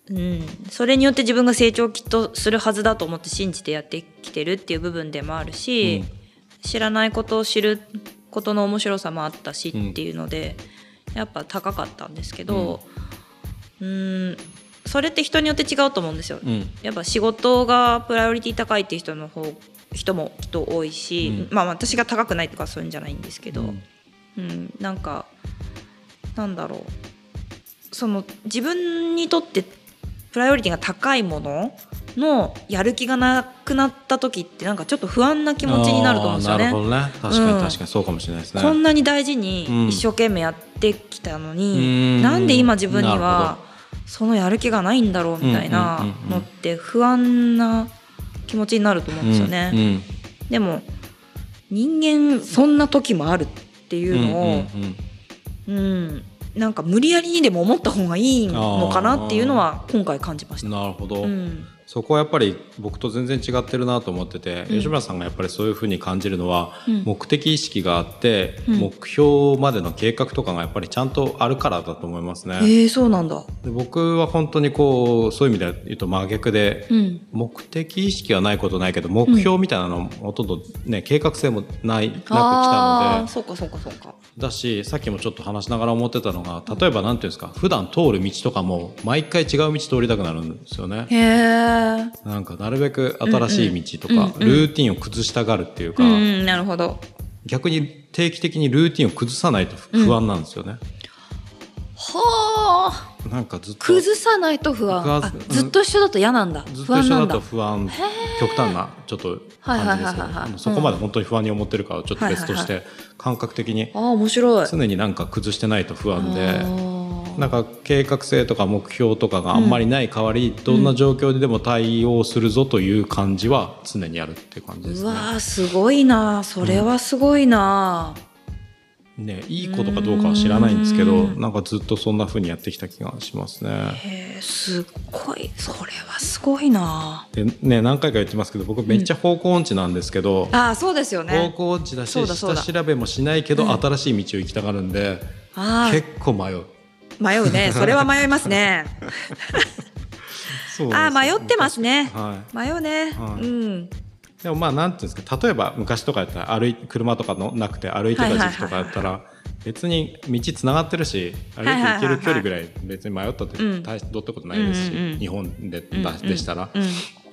A: うん、それによって自分が成長をきっとするはずだと思って信じてやってきてるっていう部分でもあるし、
B: うん
A: 知らないことを知ることの面白さもあったしっていうので、やっぱ高かったんですけどうんそれって人によって違うと思うんですよ。
B: うん
A: やっぱ仕事がプライオリティ高いっていう人の方人もきっと多いし、
B: う
A: まあ私が高くないとかそういうんじゃないんですけど、
B: うん
A: うん、なんかなんだろうその自分にとってプライオリティが高いもののやる気がなくなった時ってなんかちょっと不安な気持ちになると思うんですよ
B: あーな
A: ね。
B: るほどね。確か
A: うん
B: に確かにそうかもしれないですね。
A: こんなに大事
B: う
A: に
B: ん
A: 一生懸命やってきたの
B: う
A: に、
B: ん
A: なんで今自分に
B: なる
A: はそのやる気がないんだろうみたいな
B: うんうんうんうん
A: のって不安な気持ちになると思うんですよね。
B: うん
A: でも人間そんな時もあるってい
B: うん
A: うのを、
B: うんうん
A: うん、なんか無理やりにでも思った方がいいのかなっていうのは今回感じまし
B: うん
A: た。
B: なるほど。
A: うん、
B: そこはやっぱり僕と全然違ってるなと思って
A: う
B: て、
A: ん
B: 吉村さんがやっぱりそういうふうに感じるのは、
A: うん
B: 目的意識があって、
A: うん
B: 目標までの計画とかがやっぱりちゃんとあるからだと思いますね。
A: えー、そうなんだ。
B: で僕は本当にこうそういう意味で言うと真逆で、
A: うん。
B: 目的意識はないことないけど目標みたいなのもほとんど、ね、計画性もないなく来た
A: あ
B: の
A: あ、
B: で
A: そうかそうかそうか。
B: だしさっきもちょっと話しながら思ってたのが例えば何ていうんですか普段通る道とかも毎回違う道通りたくなるんですよね。
A: へえ。
B: なんかなるべく新しい道と
A: うんうん
B: か、
A: うんうん
B: ルーティンを崩したがるっていう
A: う
B: か、
A: んうん、なるほど。
B: 逆に定期的にルーティンを崩さないと
A: うん
B: 不安なんですよね。
A: はあ。
B: なんかずっと
A: 崩さないと不安。
B: 不安
A: あずっと一緒だと嫌なんだ。
B: ずっ
A: 不
B: と
A: 安
B: 一
A: な
B: 緒
A: ん
B: だと
A: だ。
B: 不安極端なちょっと感じですけど
A: はいはいはいはい
B: あのそこまで本当に不安に思ってるからちょっと別として、感覚的に
A: ああ、面白い。
B: 常になんか崩してないと不安
A: あ
B: で。
A: ー
B: なんか計画性とか目標とかがあんまりない代わり、どんな状況ででも対応するぞという感じは常にあるっていう感じです
A: う
B: ね。
A: わーすごいなそれはすごいな、
B: ね、いいことかどうかは知らないんですけど
A: うーん
B: なんかずっとそんな風にやってきた気がしますね。
A: へえすっごいそれはすごいな
B: でね何回か言ってますけど僕めっちゃ方向音痴なんですけど、
A: ああそうですよ
B: 方
A: ね
B: 向音痴だし
A: そうだそう
B: 下
A: だ
B: 調べもしないけど、
A: うん
B: 新しい道を行きたがるんで
A: あ
B: 結構迷う。
A: あ迷う ねそれは迷いますね
B: そう
A: ああ
B: なんです
A: 迷
B: よ
A: ってますね
B: は
A: 迷うね、
B: はい
A: うん
B: い、でもまあなんていうんですか例えば昔とかやったら歩い車とかのなくて歩いてた時期とかやったら、別に道つながってるし歩いて行ける距離ぐらい別に迷ったって
A: うん
B: 大しどうってことないですし、
A: うんうんうん
B: 日本で,、
A: うん
B: だでしたら、
A: うん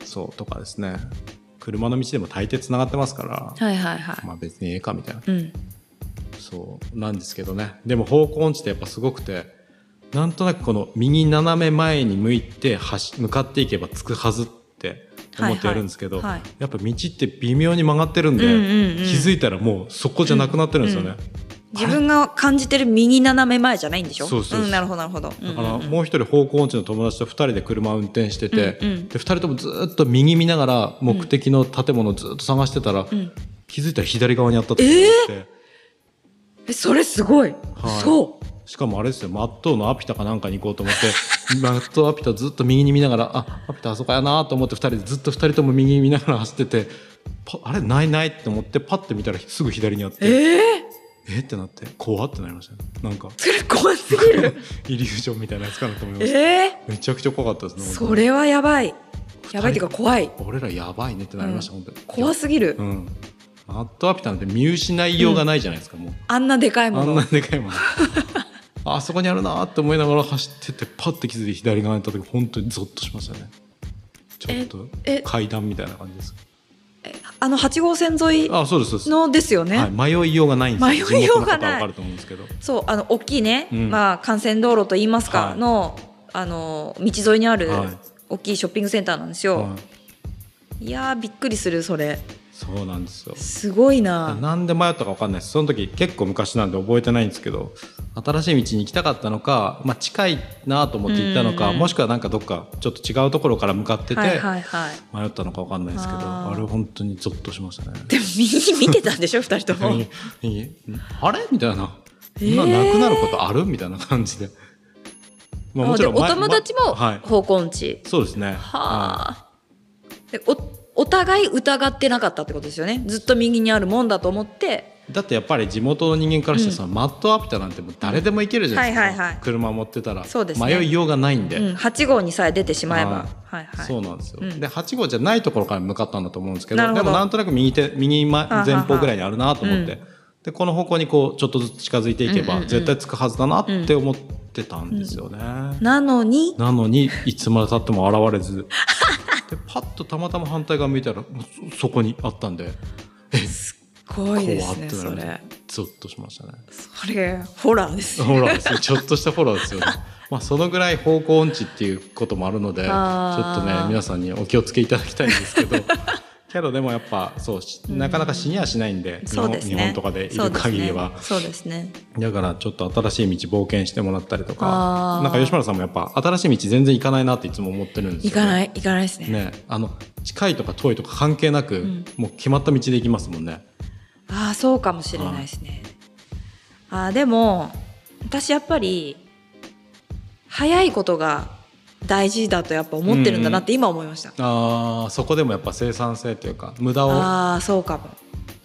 B: そうとかですね車の道でも大抵つながってますから、
A: はいはいはい、
B: まあ別にええかみたいな
A: うん
B: そうなんですけどねでも方向音痴ってやっぱすごくてなんとなくこの右斜め前に向いて走向かっていけばつくはずって思ってやるんですけど、
A: はいはいはい
B: やっぱ道って微妙に曲がってるんで、
A: うんうんうん
B: 気づいたらもうそこじゃなくなってるんですよね、
A: 自分が感じてる右斜め前じゃないんでしょ、
B: そうそうそうん
A: なるほどなるほど
B: だから
A: うんうんうん
B: もう一人方向音痴の友達と2人で車運転してて、
A: うんうん
B: で2人ともずっと右見ながら目的の建物をずっと探してたら、
A: ん
B: 気づいたら左側にあったっていうのがあって、
A: えそれすごい、
B: はい
A: そう
B: しかもあれですよマットのアピタかなんかに行こうと思って マットアピタずっと右に見ながらあアピタあそこやなと思って2人でずっと2人とも右に見ながら走っててパあれないないって思ってパッて見たらすぐ左にあってえ
A: ええ
B: ってなって怖ってなりましたねなんか
A: それ怖すぎ る
B: イリュージョンみたいなやつかなと思いま
A: え
B: した
A: え
B: めちゃくちゃ怖かったですね
A: それはやばいやばいっていうか
B: 二
A: 怖い
B: 人俺らやばいねってなりました、
A: う
B: 本当に
A: 怖すぎる、
B: うんマットアピタなんて見失いようがないじゃないですか、もう
A: あんなでかい
B: あ
A: も
B: ん
A: の
B: なでかいものあそこにあるなって思いながら走ってってパッて気づいて左側に行った時本当にゾッとしましたねちょっと
A: ええ
B: 階段みたいな感じです
A: あの8号線沿い
B: あそうですそうです、
A: のですよね、
B: はい、迷いようがないんです
A: 迷いようがない
B: 地元の方は分かると思うんですけど
A: そうあの大きいね、
B: うん
A: まあ、幹線道路といいますか、
B: はい
A: のあの道沿いにある
B: はい
A: 大きいショッピングセンターなんですよ、
B: はい
A: い、やーびっくりするそれ
B: そうなんですよ
A: すごいな
B: なんで迷ったか分かんないですその時結構昔なんで覚えてないんですけど新しい道に行きたかったのか、まあ、近いなと思って行ったの
A: うん
B: か
A: うん
B: もしくはなんかどっかちょっと違うところから向かってて
A: はいはいはい
B: 迷ったのか分かんないですけど、
A: あー
B: あれ本当にゾッとしましたね。
A: でも右見 てたんでしょ二人とも
B: いいいいあれみたいな。
A: えー
B: 今なくなることあるみたいな感じで。ま
A: あでお
B: 前
A: 友達も
B: まはい。
A: 方向音痴、
B: そうですね。
A: はあ、でおお互い疑ってなかったってことですよねずっと右にあるもんだと思って
B: いだってやっぱり地元の人間からして
A: うん
B: そのマットアピタなんてもう誰でも行けるじゃないですか。
A: はいはいはい
B: 車持ってたら
A: そうですね
B: 迷いようがないんで。
A: うん、8号にさえ出てしまえば、はいはい、
B: そうなんですよ、
A: うん
B: で8号じゃないところから向かったんだと思うんですけど
A: なるほど
B: でもなんとなく右手右前
A: はは
B: 前方ぐらいにあるなと思って、
A: うん
B: でこの方向にこうちょっとずつ近づいていけ
A: うんうん
B: ば
A: うん
B: 絶対つくはずだなって思ってたんですよね。
A: なのに
B: なのにいつまでたっても現れ ずでパッとたまたま反対側向いたらもうそそこにあったんです
A: っごいですね
B: 怖
A: そ
B: ってな
A: れ
B: るゾッとしましたね
A: それホラーですね
B: ホラーですねちょっとしたホラーですよね まあそのぐらい方向音痴っていうこともあるのでちょ
A: あー
B: っとね皆さんにお気をつけいただきたいんですけど けどでもやっぱそうしなかなか死にはしないんで,日
A: そ
B: 本、
A: うですね
B: 日本とかでいる限りは、
A: そうですね
B: だからちょっと新しい道冒険してもらったりと
A: あ
B: か
A: ー
B: なんか吉村さんもやっぱ新しい道全然行かないなっていつも思ってるんです
A: 行
B: よね
A: かない行かないですね
B: ね、あの近いとか遠いとか関係なく、
A: ん
B: もう決まった道で行きますもんね。
A: ああそうかもしれないですねああでも私やっぱり早いことが大事だとやっぱ思ってるんだなって今思いました、
B: あーそこでもやっぱ生産性というか無駄を
A: ああそうかも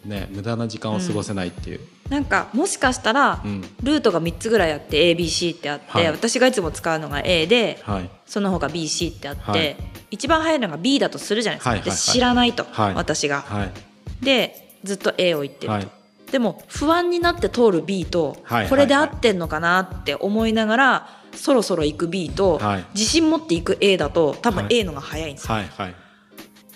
B: ね無駄な時間を過ごせないっていう、
A: なんかもしかしたら、
B: うん
A: ルートが3つぐらいあって ABC ってあって、
B: はい
A: 私がいつも使うのが A で
B: はい
A: その他 BC ってあって、
B: はい
A: 一番早いのが B だとするじゃないですか、
B: はいはいは
A: で
B: い
A: 知らないと、
B: はい
A: 私が。
B: はい
A: でずっと A を言ってると、
B: はい
A: でも不安になって通る B と、
B: はい
A: これで合ってんのかなって思いながらそろそろ行く B と、
B: はい
A: 自信持って行く A だと多分
B: はい
A: A のが早いんですよ。
B: はいはい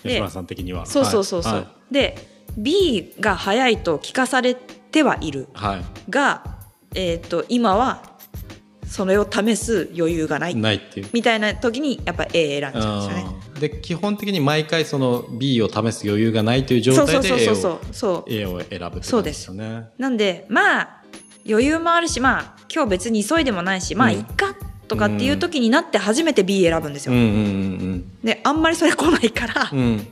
A: で
B: 吉村さん的には
A: そうそうそうそう、
B: はい
A: で B が早いと聞かされてはいる
B: はい、は
A: が、えー、と今はそれを試す余裕がないい
B: ないっていう
A: みたいな時にやっぱ A 選んじゃうんですよね。
B: うんで基本的に毎回その B を試す余裕がないという状
A: そうそうそ
B: 態で
A: うそう
B: A を
A: そうそう
B: A を選ぶって
A: そ
B: こ
A: う
B: と
A: で
B: ですすよね。
A: なんでまあ余裕もあるしまあ今日別に急いでもないしまあ
B: うん
A: いっかとかっていう時になって初めて B 選ぶんです
B: う
A: よ。
B: んうん
A: であんまりそれ来ないから、
B: うんうん。うん。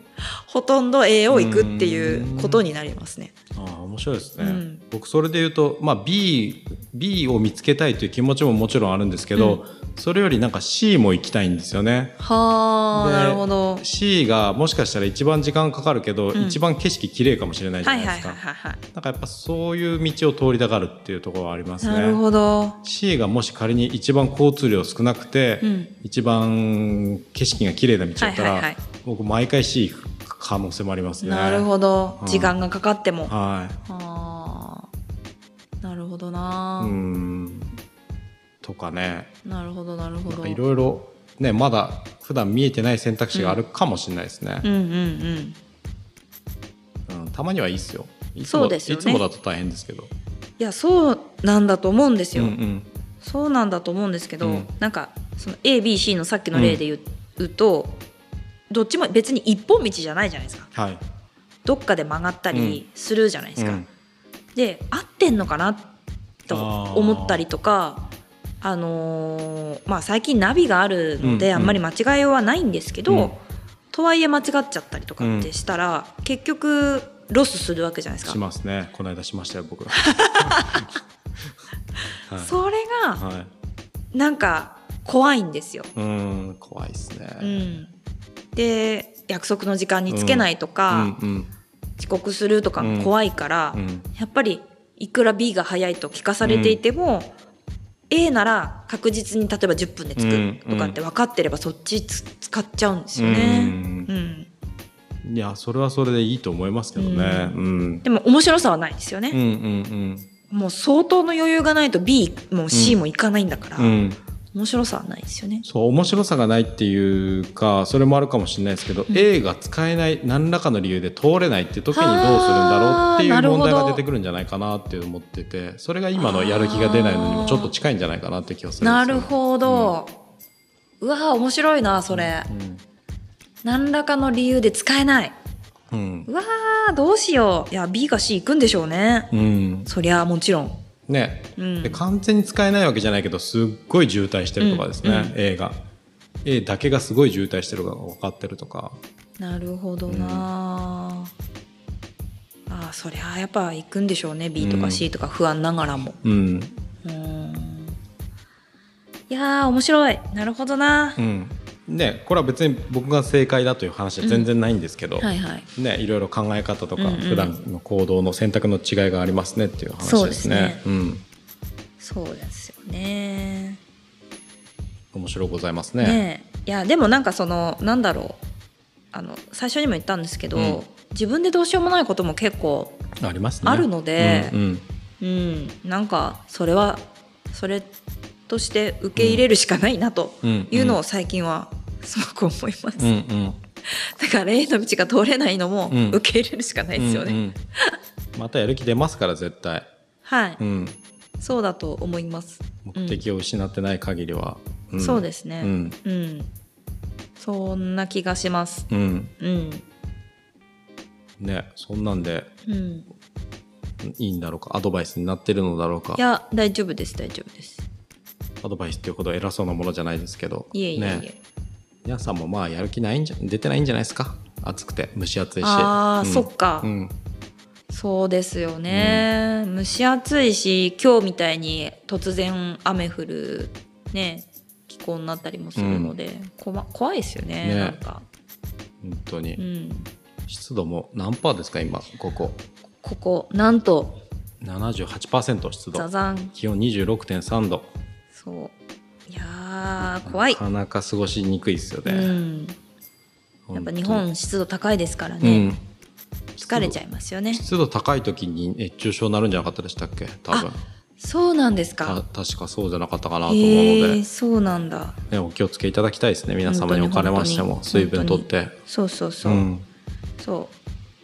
A: ほとんど A を行くっていうことになりますね。
B: ああ面白いですね。
A: うん
B: 僕それで言うとまあ B B を見つけたいという気持ちももちろんあるんですけど、
A: うん
B: それよりなんか C も行きたいんですよね。
A: はあ
B: で
A: なるほど。
B: C がもしかしたら一番時間かかるけど、
A: ん
B: 一番景色綺麗かもしれないじゃ
A: はい
B: ないで
A: はい
B: すか。
A: はいはいはい。
B: なんかやっぱそういう道を通りたがるっていうところはありますね。
A: なるほど。
B: C がもし仮に一番交通量少なくて、
A: うん
B: 一番景色が綺麗な道だったら、
A: はいはいはい
B: 僕毎回 C 行く可能性もありますね。
A: なるほど。
B: うん
A: 時間がかかっても。
B: は
A: あーなるほど
B: い。
A: な
B: う、ん。とかね、
A: なるほどなるほ
B: なん
A: ど。
B: かいろいろねまだ普段見えてない選択肢があるかもしれないですね
A: う。んうんうん。
B: うんたまにはいいですよ。いつ
A: そう
B: も
A: ですよね
B: いつもだと大変ですけど。
A: いやそうなんだと思うんです
B: う
A: よ。
B: んうん。
A: そうなんだと思うんですけど、
B: うん
A: なんかその ABC のさっきの例で言う,、とどっちも別に一本道じゃないじゃないですか
B: はい。
A: どっかで曲がったりするじゃないですか、
B: うん
A: で合ってんのかなと
B: あー
A: 思ったりとかあのーまあ最近ナビがあるの
B: う
A: で
B: ん
A: あんまり間違いはないんですけど、
B: うん
A: とはいえ間違っちゃったりとかってしたら、結局ロスするわけじゃないです
B: し
A: か。
B: ますね。この間しましたよ 僕。は
A: それ
B: い。
A: が
B: はい。
A: なんか怖いんですよ。
B: うん怖いですね。
A: うん、で約束の時間につけないとか、
B: うん
A: 遅刻するとかが怖いから、
B: うんうん。
A: やっぱりいくら B が早いと聞かされていても、A なら確実に例えば10分で着くとかって分かってればそっちつ使っちゃうんですよね。
B: うん
A: うん
B: いやそれはそれでいいと思いますけどね。うん、うん、
A: でも面白さはないですよ
B: うん
A: ね、
B: うん
A: もう相当の余裕がないと B も C
B: うん
A: もいかないんだから、
B: うん
A: 面白さはないですよね。
B: そう面白さがないっていうかそれもあるかもしれないですけど、A が使えない何らかの理由で通れないって時にどうするんだろうっ
A: はあ
B: てい
A: な
B: う
A: るほど
B: 問題が出てくるんじゃないかなって思っててそれが今のやる気が出ないのにもちょっと近いんじゃないかなって気がするんですよ
A: なるほど、うわー面白いなそれ、何らかの理由で使えない
B: うん
A: うわーどうしよういや B か C 行くんでしょうね、
B: うん、うん、
A: そりゃもちろん
B: ね、
A: うん
B: で完全に使えないわけじゃないけどすっごい渋滞してるとかですね、
A: うんうん
B: A が A だけがすごい渋滞してるのが分かってるとか
A: なるほどな、あーそりゃやっぱ行くんでしょうね B と
B: う
A: か
B: ん
A: C とか不安ながらも
B: うん
A: うーんいやー面白いなるほどな、
B: うんねこれは別に僕が正解だという話は全然ないんですけど、
A: はいはい
B: ね、いろいろ考え方とか、
A: うんうん
B: 普段の行動の選択の違いがありますねっていう話ですね。
A: そうそうですよね
B: ん、面白いございますね。
A: ねえいやでもなんかそのなんだろうあの最初にも言ったんですけど、
B: うん
A: 自分でどうしようもないことも結構
B: ありますね。
A: あるので
B: うんう
A: う
B: ん
A: ん、なんかそれはそれとして受け入れるしかないなと
B: うん
A: いうのを最近はすごく思います、
B: うんうん
A: だから A の道が通れないのも
B: うん
A: 受け入れるしかないですよね、
B: うんうんまたやる気出ますから絶対、
A: はい、
B: うん、
A: そうだと思います、
B: 目的を失ってない限りは、うん
A: そうですね
B: うん
A: うんそんな気がします
B: うん
A: うん
B: ねそんなんで
A: うん
B: いいんだろうかアドバイスになってるのだろうか
A: いや大丈夫です大丈夫です
B: アドバイスっていうほど偉そうなものじゃないですけど
A: いえいえいえ、
B: ね皆さんもまあやる気ないんじゃ出てないんじゃないですか暑くて蒸し暑いし
A: ああ、
B: うん
A: そっか、
B: うん
A: そうですよね、蒸し暑いし今日みたいに突然雨降るね気行になったりもするので、こま、怖いですよね
B: ね
A: なんか、
B: 本当
A: う
B: に
A: ん、
B: 湿度も何パーですか今ここ
A: ここなんと
B: 78%湿
A: ザ
B: 度
A: ザン
B: 気温26.3度
A: そういやー怖い
B: な、かなか過ごしにくいですよ
A: う
B: ね、
A: ん、やっぱ日
B: 本
A: 本湿度高いですから
B: 当
A: ね、
B: にうん
A: 疲れちゃいますよね
B: 湿度高い時に熱中症になるんじゃなかったでしたっけ多分
A: そうなんです
B: た
A: か
B: 確かそうじゃなかったかな
A: へ
B: と思うので、
A: ー、そうなんだ
B: ね、お気をつけいただきたいですね皆様にお
A: 本
B: か
A: 当に
B: れましても
A: 本当に
B: 水分とって
A: そうそうそうう、
B: ん
A: そう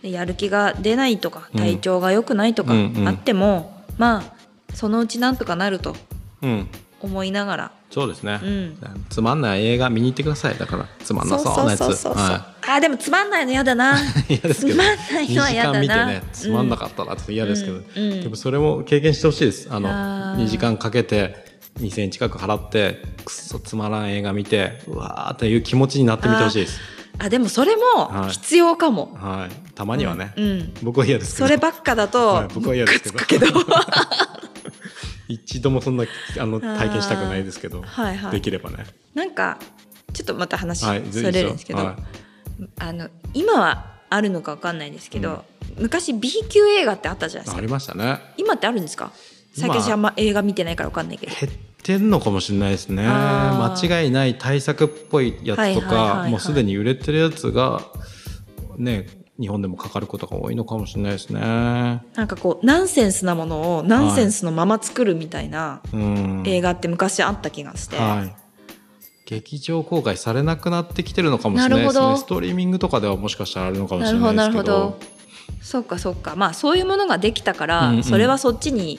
A: でやる気が出ないとか
B: うん
A: 体調が良くないとか
B: うんうん
A: あっても、まあそのうちなんとかなると
B: うん
A: 思いながら、
B: そうですね、
A: うん、
B: つまんない映画見に行ってくださいだからつまんなそうなやつ
A: そうそうそうそう、
B: は
A: あでもつまんないのやだな
B: い、 嫌ですけど
A: つまんないのは嫌だな
B: 2時間見てねつまんなかったなって嫌ですけど、
A: うんうん
B: でもそれも経験してほしいですあの
A: あー
B: 2時間かけて2000円近く払ってくっそつまらん映画見てうわーっていう気持ちになってみてほしいです、
A: あでもそれも必要かも、
B: はい、たまにはね、
A: うん、
B: 僕は嫌ですけ
A: そ
B: ど
A: ればっかだ
B: は
A: と
B: い、僕は嫌ですけど
A: ムカつく けど
B: 一度もそんなあの体験したくないですけど、
A: はいは
B: で
A: い
B: きればね、
A: なんかちょっとまた話
B: はい、
A: それるんですけど、
B: はい
A: あの今はあるのかわかんないですけど、昔 B 級映画ってあったじゃないです
B: あ
A: か
B: りましたね
A: 今ってあるんですか
B: 今
A: 最近私あんま映画見てないからわかんないけど
B: 減ってんのかもしれないですね間
A: あー
B: 違いない対策っぽいやつとか、
A: はいはいはいはい
B: もうすでに売れてるやつがね日本でもかかることが多いのかもしれないですね
A: なんかこうナンセンスなものをナンセンスのまま作るみたいな
B: うん
A: 映画って昔あった気がして、
B: はい劇場公開されなくなってきてるのかもしれないです
A: なるほ
B: ね
A: ど
B: ストリーミングとかではもしかしたらあるのかもしれないですけど
A: なるほどなるほそうかそうかまあそういうものができたから、
B: うんうん
A: それはそっちに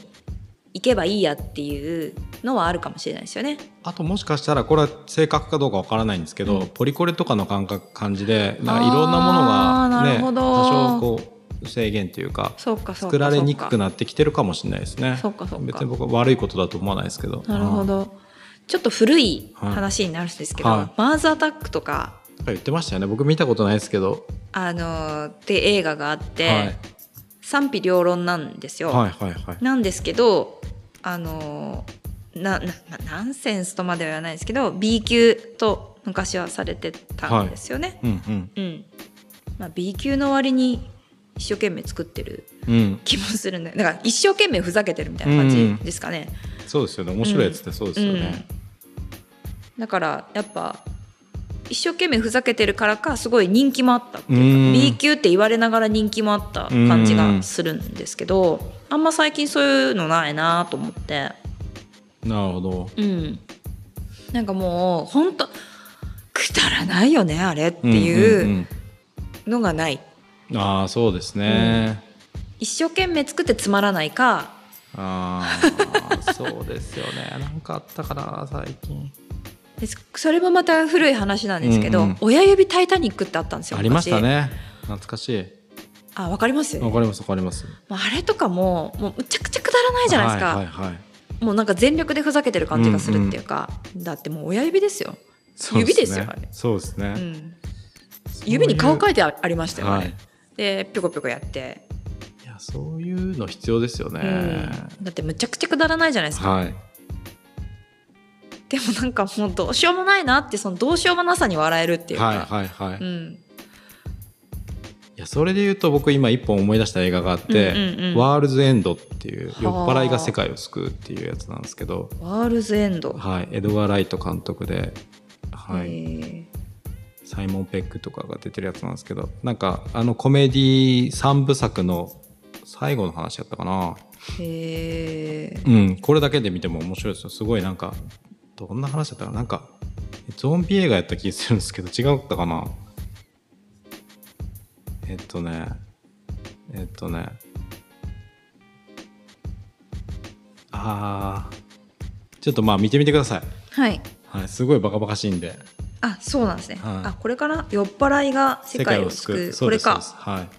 A: 行けばいいやっていうのはあるかもしれないですよね。
B: あともしかしたらこれは正確かどうかわからないんですけど、
A: うん
B: ポリコレとかの感覚感じでなん
A: あ
B: か
A: ー
B: いろんなものが、
A: な
B: ね、
A: るほ
B: 多
A: ど
B: 少こう制限というか
A: そうかそうかそうか
B: 作られにくくなってきてるかもしれないですね。
A: そうかそうか
B: 別に僕は悪いことだと思わないですけど。
A: なるほ
B: うん。
A: どちょっと古い話になるんですけど、
B: はいはい
A: マーズアタックとか
B: なんか言ってましたよね。僕見たことないですけど。
A: あのーって映画があって、
B: はい
A: 賛否両論なんですよ。
B: はいはいはい。
A: なんですけどあのなななナンセンスとまでは言わないですけど B 級と昔はされてたんですよね。
B: うん
A: うんまあ、B 級の割に一生懸命作ってる
B: うんうん。
A: 気もするんだだから一生懸命ふざけてるみたいな感じですかね。
B: そうですよね。面白いやつってそうですよね。
A: うん、だからやっぱ一生懸命ふざけてるからかすごい人気もあった
B: うーん
A: B 級って言われながら人気もあった感じがするんですけどあんま最近そういうのないなと思って
B: なるほど。
A: うんなんかもうほんとくだらないよねあれっていう
B: う。
A: のがない、
B: ああそうですね。
A: 一生懸命作ってつまらないか
B: ああ そうですよね。なんかあったかな最近。
A: でそれもまた古い話なんですけど「
B: うんうん
A: 親指タイタニック」ってあったんですよ
B: ありました
A: 昔
B: ね。懐かしい。
A: あわかります
B: わかりますわかります。
A: もうあれとかももうむちゃくちゃくだらないじゃないですか、
B: はいはいはい。
A: もうなんか全力でふざけてる感じがするっていうか、だってもう親指ですよ、指ですよあれ
B: そうです
A: う
B: ね。
A: ん、指に顔
B: え
A: 描いてあありましたよね、
B: はい。
A: でぴょこぴょこやって、
B: いやそういうの必要ですよね。
A: うん、だってむちゃくちゃくだらないじゃないですか、
B: はい。
A: でもなんかもうどうしようもないなってそのどうしようもなさに笑えるっていうか、
B: はいはいはい。
A: う
B: い
A: ん、
B: やそれで言うと僕今一本思い出した映画があって、
A: うんうんうん
B: ワールズエンドっていう
A: はあ
B: 酔っ払いが世界を救うっていうやつなんですけど、
A: ワールズエンド、
B: はい、エドガー・ライト監督で、はい、
A: え
B: サイモン・ペックとかが出てるやつなんですけど、なんかあのコメディ三部作の最後の話やったかな。
A: ーえー
B: うん、これだけで見ても面白いですよ。すごいなんか、どんな話だったかななんか、ゾンビ映画やった気するんですけど、違ったかなえっとね、えっとね、あー、ちょっとまあ見てみてください。
A: はい
B: はい、すごいバカバカしいんで。
A: あそうなんですね、
B: はい
A: あこれから酔っ払いが世界を救う
B: そう
A: こ
B: で
A: れ
B: すそう
A: か
B: です。はい。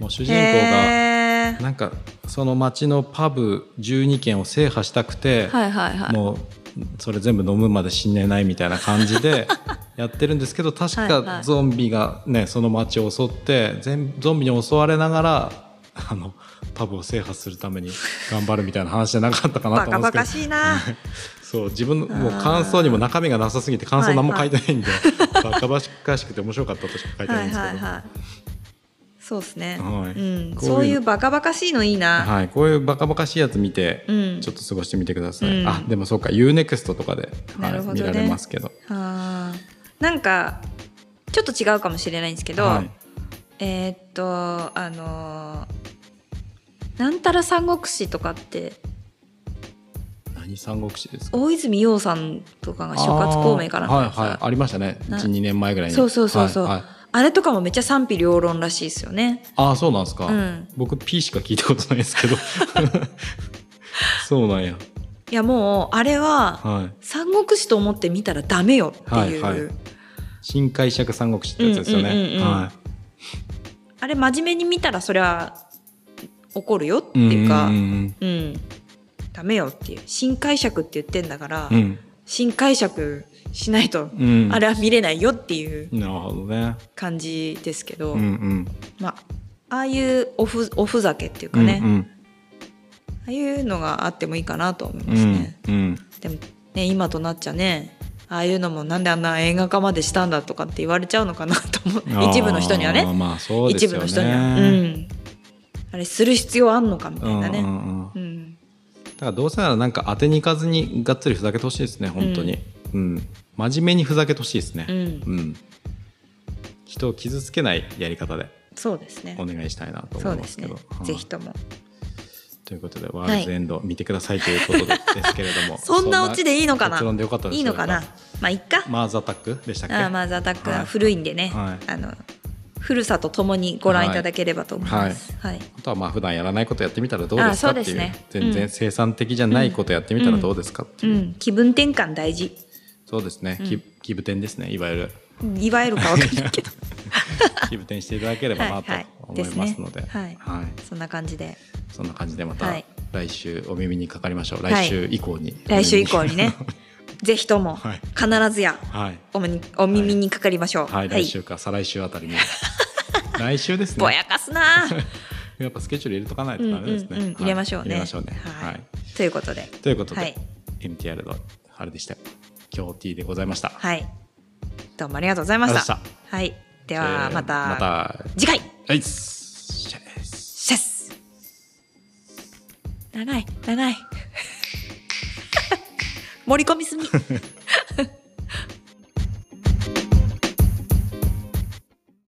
B: もう主人公が、
A: へー
B: なんか、その町のパブ12軒を制覇したくて、
A: はいはいはい
B: もうそれ全部飲むまで死ねないみたいな感じ でやってるんですけど確
A: はいは
B: か
A: い
B: ゾンビがねその町を襲って全ゾンビに襲われながらあのタブを制覇するために頑張るみたいな話じゃなかったかな
A: バ
B: と
A: カ
B: 思うん
A: バ
B: で
A: カ
B: す
A: しいな
B: けどそう自分のもう
A: あー
B: 感想にも中身がなさすぎて感想何も
A: は
B: 書
A: い
B: いてないんで、バカバカしくて面白かったとしか書いて
A: は
B: ないん
A: い
B: ですけど。
A: はいはいそうですね、
B: は
A: うん、
B: いこういうの
A: そういうバカバカしいのいいな、
B: はい、こういうバカバカしいやつ見て、
A: うん
B: ちょっと過ごしてみてください。
A: うん
B: あ、でもそうか、UNEXT とかで、は
A: ないるほど
B: 見
A: ね
B: られますけど。
A: あーなんかちょっと違うかもしれないんですけど、
B: はい、
A: えーっとあのーなんたら三国志とかって
B: 何三国志ですか。
A: 大泉洋さんとかが諸葛孔明かなんか
B: あー
A: でさ
B: はいはい、ありましたね。
A: な
B: 一二年前ぐらいに。
A: そうそうそうそう
B: はいはい
A: あれとかもめっちゃ賛否両論らしいですよね。
B: あー、そうなんですか。
A: うん
B: 僕 P しか聞いたことないです けど。そうなんや。
A: いやもうあれは
B: はい。
A: 三国志と思って見たらダメよっていう、
B: はいはい新解釈三国志ってやつですよね。
A: うんうんうんうん
B: は
A: あれ真面目に見たらそりゃ怒るよって
B: い。ん
A: いうか、
B: う
A: うんん
B: うん
A: ダメよっていう新解釈って言ってんだから、
B: うん。うん
A: 新解釈しないと
B: うん。
A: あれは見れないよっていう
B: なるほどね。
A: 感じですけど、
B: うんうん。
A: まあああいうおふおふざけっていうかね、
B: うんうん
A: ああいうのがあってもいいかなと思いま
B: う
A: す
B: ん
A: ね。
B: うん。
A: でもね今となっちゃねああいうのもなんであんな映画化までしたんだとかって言われちゃうのかなと思う
B: あー
A: 一部の人にはね
B: まあそうです
A: 一
B: よね。
A: 部の人には、うん、あれする必要あんのかみた
B: う
A: い
B: んう
A: なんね、
B: うん、
A: うん
B: だからどうせならなんか当てに行かずにがっつりふざけてほしいですね本当に、うん真面目にふざけてほしいですね
A: うん
B: うん、人を傷つけないやり方で
A: そうですね
B: お願いしたいなと
A: そ
B: 思
A: う
B: いま
A: ですす
B: け
A: ね
B: どはい
A: ぜひとも
B: ということでワールズエンド見てくださいということでですけれ ども
A: そんなオチでいいのかな
B: 結論でよかったです
A: いいのかなまあいっか、
B: マーズアタックでしたっけ
A: あーマザーズアタック
B: はい
A: は古いんでね、
B: はい
A: あの古さとともにご覧いただければと思います、はい
B: あとはまあ普段やらないことやってみたらどうですか
A: あ
B: っ
A: そ
B: ていうう
A: ですね
B: 全
A: う
B: 然
A: ん
B: 生産的じゃないことやってみたらどうですかっていう、
A: うん、気分転換大事
B: そうですね、き気分転ですねいわゆる
A: いわゆるかわかんない けど
B: 気分転していただければなと
A: はいはい
B: 思いますので
A: ですねはい
B: はい
A: そんな感じで
B: そんな感じでまた
A: はい
B: 来週お耳にかかりましょう。
A: はい
B: 来週以降に。
A: 来週以降にねぜひとも
B: はい
A: 必ずや
B: はい。
A: お耳お耳にかかりましょう
B: はい、来週か、再来週あた りに。来週です
A: ぼ
B: ね。
A: やかす な
B: やっぱスケジュール入れとかない
A: うん
B: と
A: うん
B: ダメですね。
A: うん入れましょうね
B: はい入れましょうね。
A: はい
B: はい。
A: ということで
B: ということ
A: は
B: で
A: い、
B: MTR のあれでした。今日 T でございました。
A: はいどうもありがとうございました
B: ありがとうござ
A: はいで
B: で
A: はまた,、
B: また。
A: 次回
B: はい。シェス
A: シェス長い長い 盛り込みすぎ